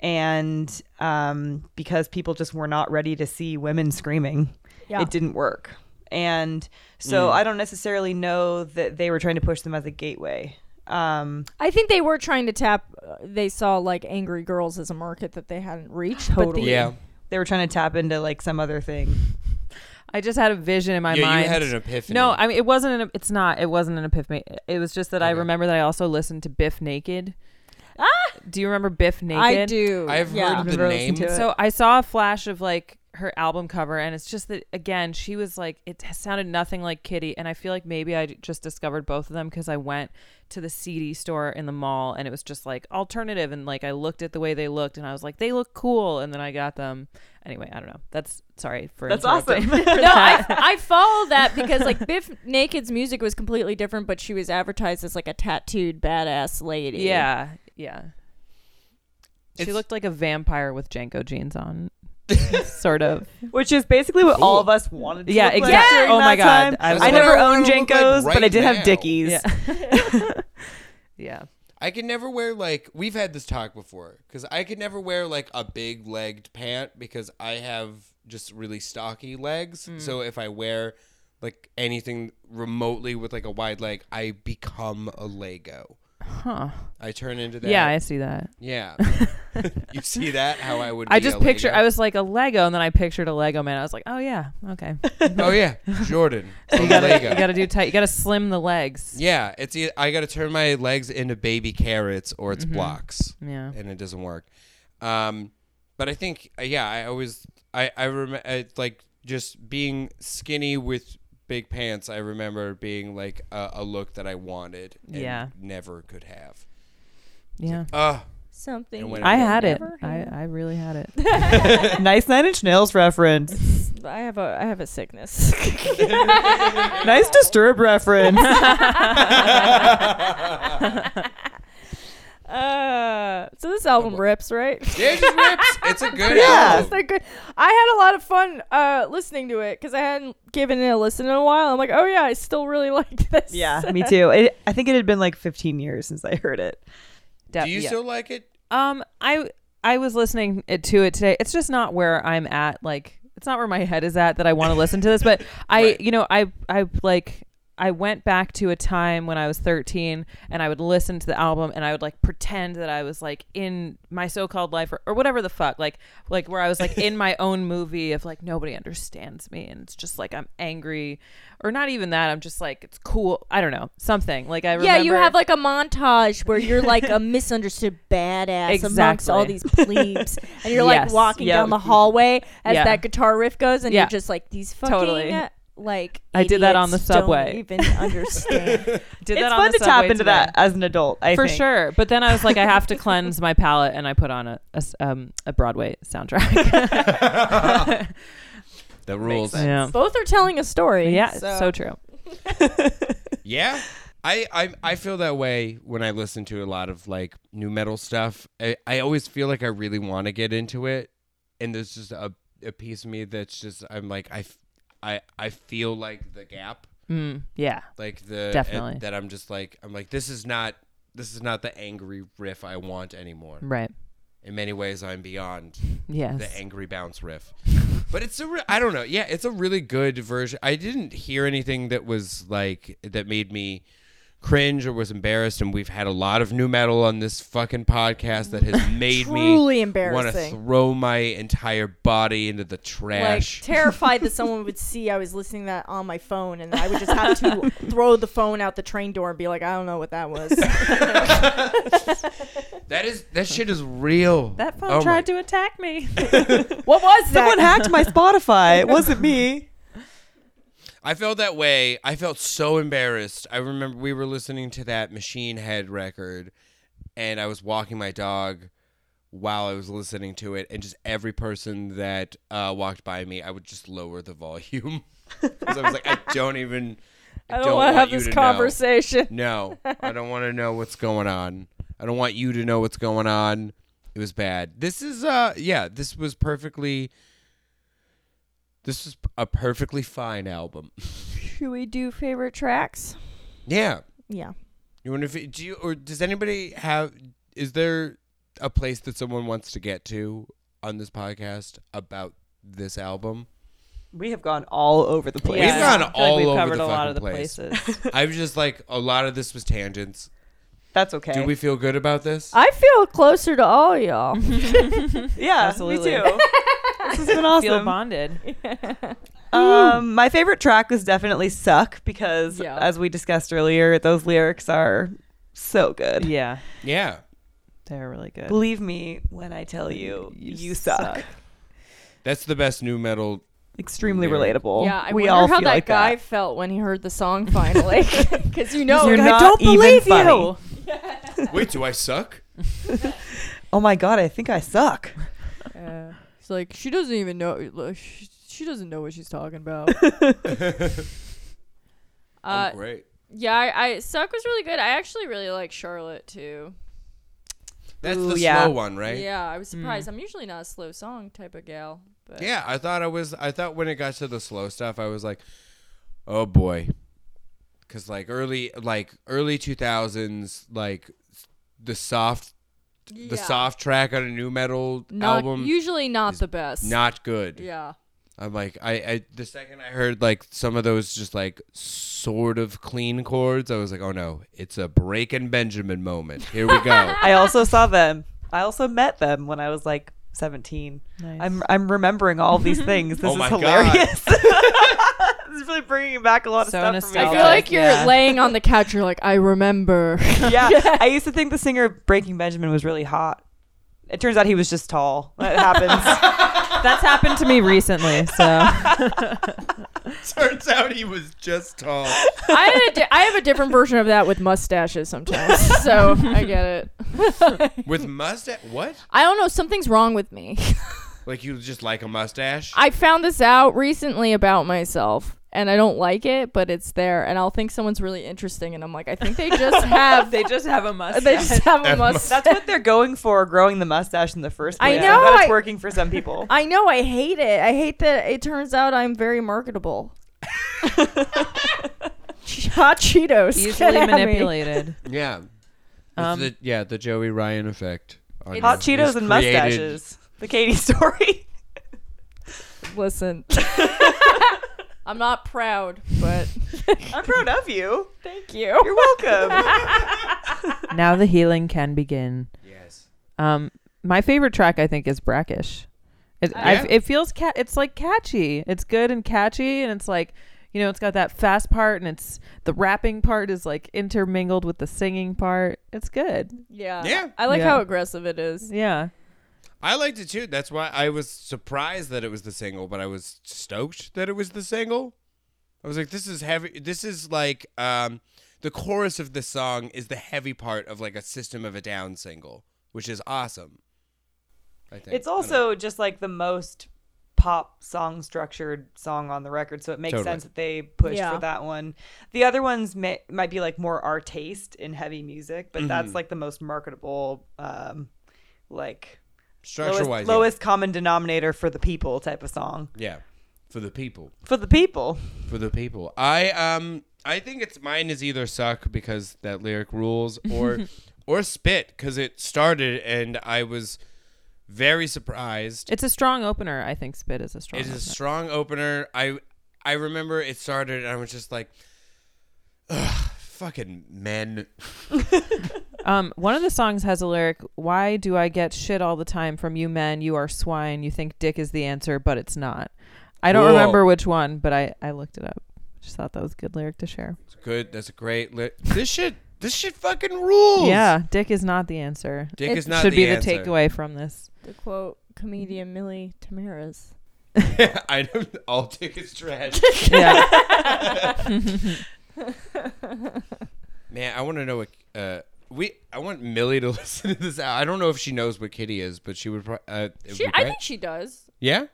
and um, because people just were not ready to see women screaming, Yeah. it didn't work. And so I don't necessarily know that they were trying to push them as a gateway. Um, I think they were trying to tap. uh, They saw like Angry Girls as a market that they hadn't reached. But the, Totally. Yeah, they were trying to tap into like some other thing. I just had a vision in my yeah, mind. you had an epiphany. No, I mean it wasn't an. It's not. It wasn't an epiphany. It was just that I Okay. remember that I also listened to Biff Naked. Ah! Do you remember Biff Naked? I do. I've yeah. heard the Never listened name. to it. So I saw a flash of like her album cover, and it's just that again, she was like, it sounded nothing like Kitty, and I feel like maybe I just discovered both of them because I went to the CD store in the mall, and it was just like alternative, and like I looked at the way they looked, and I was like, they look cool, and then I got them. Anyway, I don't know. That's sorry for That's interrupting. awesome. no, I, I follow that because like Biff Naked's music was completely different, but she was advertised as like a tattooed badass lady. yeah, yeah. She It's- looked like a vampire with Janko jeans on, sort of. Which is basically what all Cool. of us wanted to Yeah, look like exactly. during Oh that my God. time. I I, That's what never I wanna owned look like Jankos, right but I did now. have Dickies. Yeah. yeah. I could never wear like we've had this talk before because I could never wear like a big legged pant because I have just really stocky legs. Hmm. So if I wear like anything remotely with like a wide leg, I become a Lego. Huh. I turn into that. Yeah, I see that. yeah. you see that how I would. I be just a picture Lego? I was like a Lego, and then I pictured a Lego man. I was like, oh yeah, okay. Oh yeah, Jordan. You I'm a gotta, Lego. you gotta do tight. You gotta slim the legs. yeah, it's e- I got to turn my legs into baby carrots or it's Mm-hmm. blocks. Yeah. and it doesn't work. Um, but I think, uh, yeah, I always, I, I remember, like, just being skinny with big pants, I remember being, like, a, a look that I wanted and Yeah. never could have. Yeah. Uh, something. And when you I had it. never I, had. I really had it. nice Nine Inch Nails reference. I have a I have a sickness. Nice Disturb reference. uh, so this album rips, right? it just rips. It's a good Yeah. It's album. like good. I had a lot of fun uh, listening to it because I hadn't given it a listen in a while. I'm like, oh yeah, I still really like this. yeah, me too. It, I think it had been like 15 years since I heard it. Do you Yeah. still like it? Um, I I was listening it- to it today. It's just not where I'm at. Like, it's not where my head is at that I want to listen to this. But I, Right. you know, I I like I went back to a time when I was 13 and I would listen to the album and I would like pretend that I was like in my so-called life or, or whatever the fuck like like where I was like in my own movie of like nobody understands me and it's just like I'm angry or not even that I'm just like it's cool I don't know something like I Yeah, you remember- have like a montage where you're like a misunderstood badass amongst all Exactly. these plebes, and you're Yes. like walking Yep. down the hallway as Yeah. that guitar riff goes, and Yeah. you're just like these fucking Totally. like. I did that on idiots the subway. Don't even understand. did it's that on fun the to tap subway into today. that as an adult, I for think. sure. But then I was like, I have to cleanse my palate, and I put on a, a s- um, a Broadway soundtrack. The rules. yeah, Both are telling a story. yeah, so, so true. Yeah. I, I I feel that way when I listen to a lot of like new metal stuff. I, I always feel like I really want to get into it, and there's just a, a piece of me that's just I'm like I, f- I I feel like the gap, Mm, yeah, like the Definitely. that I'm just like I'm like this is not this is not the angry riff I want anymore. right. In many ways, I'm beyond Mm. Yes. the angry bounce riff. But it's a re- I don't know. Yeah, it's a really good version. I didn't hear anything that was like that made me cringe or was embarrassed, and we've had a lot of new metal on this fucking podcast that has made Truly me want to embarrassing. throw my entire body into the Like trash. terrified that someone would see I was listening to that on my phone, and I would just have to throw the phone out the train door and be like, I don't know what that was. that is that shit is real. That phone Oh my- tried to attack me. what was that? Someone hacked my Spotify. It wasn't me. I felt that way. I felt so embarrassed. I remember we were listening to that Machine Head record, and I was walking my dog while I was listening to it, and just every person that uh, walked by me, I would just lower the volume because I was like, I don't even. I don't, want to have you this know. conversation. No, I don't want to know what's going on. I don't want you to know what's going on. It was bad. This is uh yeah, this was perfectly this is a perfectly fine album. Should we do favorite tracks? Yeah. Yeah. You wonder if it, do you or does anybody have is there a place that someone wants to get to on this podcast about this album? We have gone all over the place. We've Yeah. gone I feel like all we've over covered the a lot of the fucking place. places. I was just like a lot of this was tangents. That's okay. Do we feel good about this? I feel closer to all y'all. yeah, Absolutely. me too. this has been Feel awesome. bonded. Um, my favorite track was definitely "Suck" because, Yeah. as we discussed earlier, those lyrics are so good. Yeah, yeah. they're really good. Believe me when I tell you, you, suck. That's the best new metal Extremely Yeah. relatable. Yeah, I we wonder all how feel that like guy that. felt when he heard the song finally. Because you know, You're like, I not don't even believe funny. you. Wait, do I suck? Oh my god, I think I suck. It's like she doesn't even know. like, She she doesn't know what she's talking about. uh, Oh, great. yeah, I, I suck was really good. I actually really like Charlotte too. That's Ooh, the yeah. slow one, right? Yeah, I was surprised. I'm usually not a slow song type of gal. But Yeah, I thought I was. I thought when it got to the slow stuff, I was like, oh boy, because like early, like early two thousands, like the soft, the Yeah. soft track on a new metal not, album, usually not is the best. not good. yeah. I'm like, I, I, the second I heard like some of those just like sort of clean chords, I was like, oh no, it's a break and Benjamin moment. Here we go. I also saw them. I also met them when I was like 17. Nice. I'm I'm remembering all these things. This Oh my is God. hilarious. this is really bringing back a lot of So stuff I for feel me. nostalgic. like you're Yeah. laying on the couch. You're like, I remember. yeah. I used to think the singer of Breaking Benjamin was really hot. It turns out he was just tall. That happens. That's happened to me recently. So Turns out he was just tall. I, had a di- I have a different version of that with mustaches sometimes. so I get it. With mustache, what? I don't know. Something's wrong with me. Like you just like a mustache? I found this out recently about myself. And I don't like it, but it's there. And I'll think someone's really interesting. And I'm like, I think they just have they, just have a mustache. just have a Have mustache. That's what they're going for, growing the mustache in the first I place. know, But it's I- working for some people. I know. I hate it. I hate that it turns out I'm very marketable. Hot Cheetos. easily get at me. manipulated. Yeah. Um, the, yeah, the Joey Ryan effect. on Hot you. Cheetos It's and created- mustaches. The Katie story. Listen, I'm not proud, but I'm proud of you. thank you. You're welcome. now the healing can begin. Yes. Um, my favorite track I think is Brackish. It, Yeah. I, it feels cat. It's like catchy. It's good and catchy, and it's like you know, it's got that fast part, and it's the rapping part is like intermingled with the singing part. It's good. Yeah. Yeah. I like Yeah. how aggressive it is. Yeah. I liked it too. That's why I was surprised that it was the single, but I was stoked that it was the single. I was like, this is heavy. This is like um, the chorus of the song is the heavy part of like a System of a Down single, which is awesome. I think. It's I don't know. also just like the most pop song structured song on the record, so it makes Totally. sense that they pushed Yeah. for that one. The other ones may, might be like more our taste in heavy music, but that's Mm-hmm. like the most marketable, um, like structure lowest, wise. lowest common denominator for the people type of song Yeah. For the people. for the people. for the people. I um I think it's mine is either suck because that lyric rules or or spit because it started and I was very surprised. It's a strong opener. I think Spit is a strong. It is a opener. strong opener. I I remember it started and I was just like, Ugh, Fucking men. Um, one of the songs has a lyric, "Why do I get shit all the time from you men? You are swine. You think dick is the answer, but it's not." I don't Whoa. remember which one, but I I looked it up. Just thought that was a good lyric to share. It's good. That's a great. Li- this shit. This shit fucking rules. Yeah, dick is not the answer. Dick It is not Should the be answer. the takeaway from this. To quote comedian Millie Tamaras. I don't. All dick is trash. Yeah. Man, I want to know what uh, we. I want Millie to listen to this. I don't know if she knows what Kitty is, but she would. pro- Uh, it would She, be I great. think she does. yeah.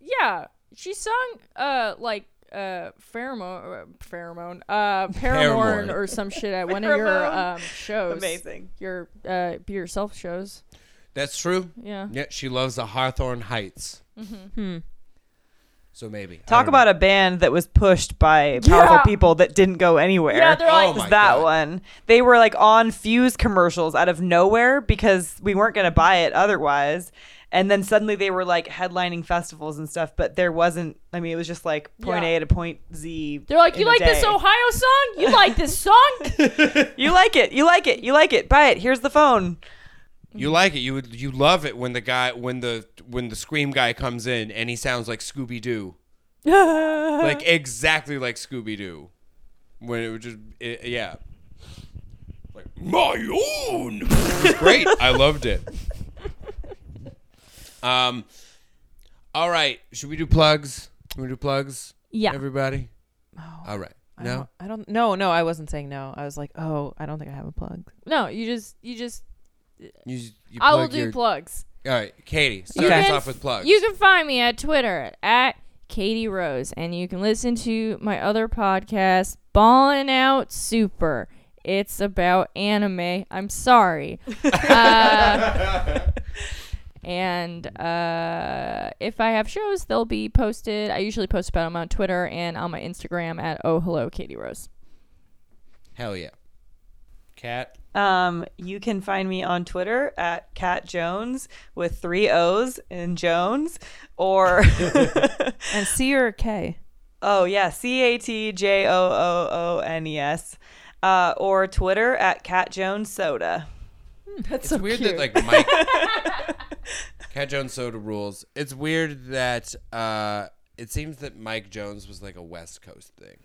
Yeah, she sung uh like uh pheromone uh, pheromone uh paramorn Paramore. or some shit at one of your Pheromone. um shows. Amazing. Your uh be yourself shows. That's true. Yeah. Yeah, she loves the Hawthorne Heights. Hmm. So maybe I Talk don't know. about a band that was pushed by powerful Yeah. people that didn't go anywhere. Yeah, they're Oh like my was that God. one. They were like on Fuse commercials out of nowhere because we weren't going to buy it otherwise. And then suddenly they were like headlining festivals and stuff, but there wasn't. I mean, it was just like point Yeah. A to point Z. They're like, in you a like this day." Ohio song? You like this song? You like it. You like it. You like it. Buy it. Here's the phone. You like it. You would. You love it when the guy when the when the scream guy comes in and he sounds like Scooby Doo, Uh-huh. like exactly like Scooby Doo. When it would just it, yeah, like my own. It was great. I loved it. Um. All right. Should we do plugs? Should we do plugs? Yeah. Oh. Everybody. All right. I No. don't- I don't. No, no, I wasn't saying no. I was like, oh, I don't think I have a plug. No, you just you just You, you I will plug do your- plugs. All right, Katie. Start You us can- off with plugs. You can find me at Twitter at Katie Rose, and you can listen to my other podcast, Ballin' Out Super. It's about anime. I'm sorry. Uh, and uh, if I have shows, they'll be posted. I usually post about them on Twitter and on my Instagram at Oh Hello Katie Rose. Hell yeah. Cat. Um, you can find me on Twitter at Cat Jones with three O's in Jones, or And C or K? oh yeah, C A T J O O O N E S, uh, or Twitter at Cat Jones Soda. That's It's weird that like Mike Cat Jones soda rules. It's weird that uh it seems that Mike Jones was like a West Coast thing.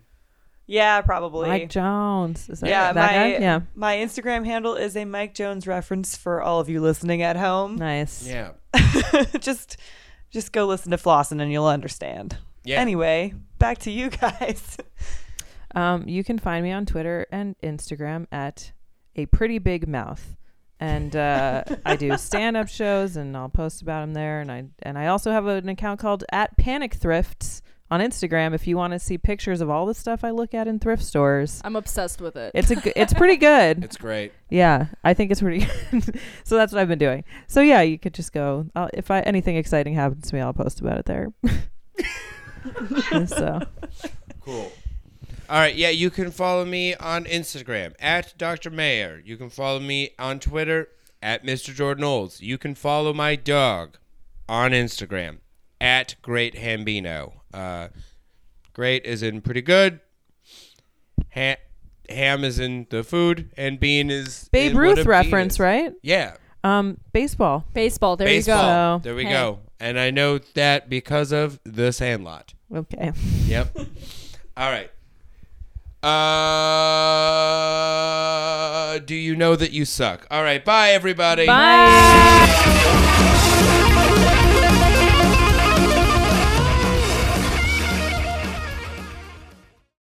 Yeah, probably. Mike Jones. Is that, yeah, that my guy? Yeah. my Instagram handle is a Mike Jones reference for all of you listening at home. Nice. Yeah. just just go listen to Flossin and you'll understand. Yeah. Anyway, back to you guys. Um, you can find me on Twitter and Instagram at a pretty big mouth, and uh, I do stand-up shows, and I'll post about them there. And I and I also have an account called at Panic Thrifts on Instagram if you want to see pictures of all the stuff I look at in thrift stores. Uh, I'm obsessed with it. It's a g- it's pretty good. It's great. Yeah, I think it's pretty. so that's what I've been doing. So yeah, you could just go. I'll, if I anything exciting happens to me, I'll post about it there. so Cool. All right, yeah, you can follow me on Instagram at Dr. Mayer. You can follow me on Twitter at Mr. Jordan Olds. You can follow my dog on Instagram at Great Hambino. Uh, great is in pretty good. Ha- ham is in the food, and bean is Babe is what a Ruth bean reference, is. right? Yeah, Um, baseball. baseball. There you baseball. go. There we Hey. go. And I know that because of The Sandlot. Okay. Yep. All right. Uh, do you know that you suck? All right. Bye, everybody. go. Bye.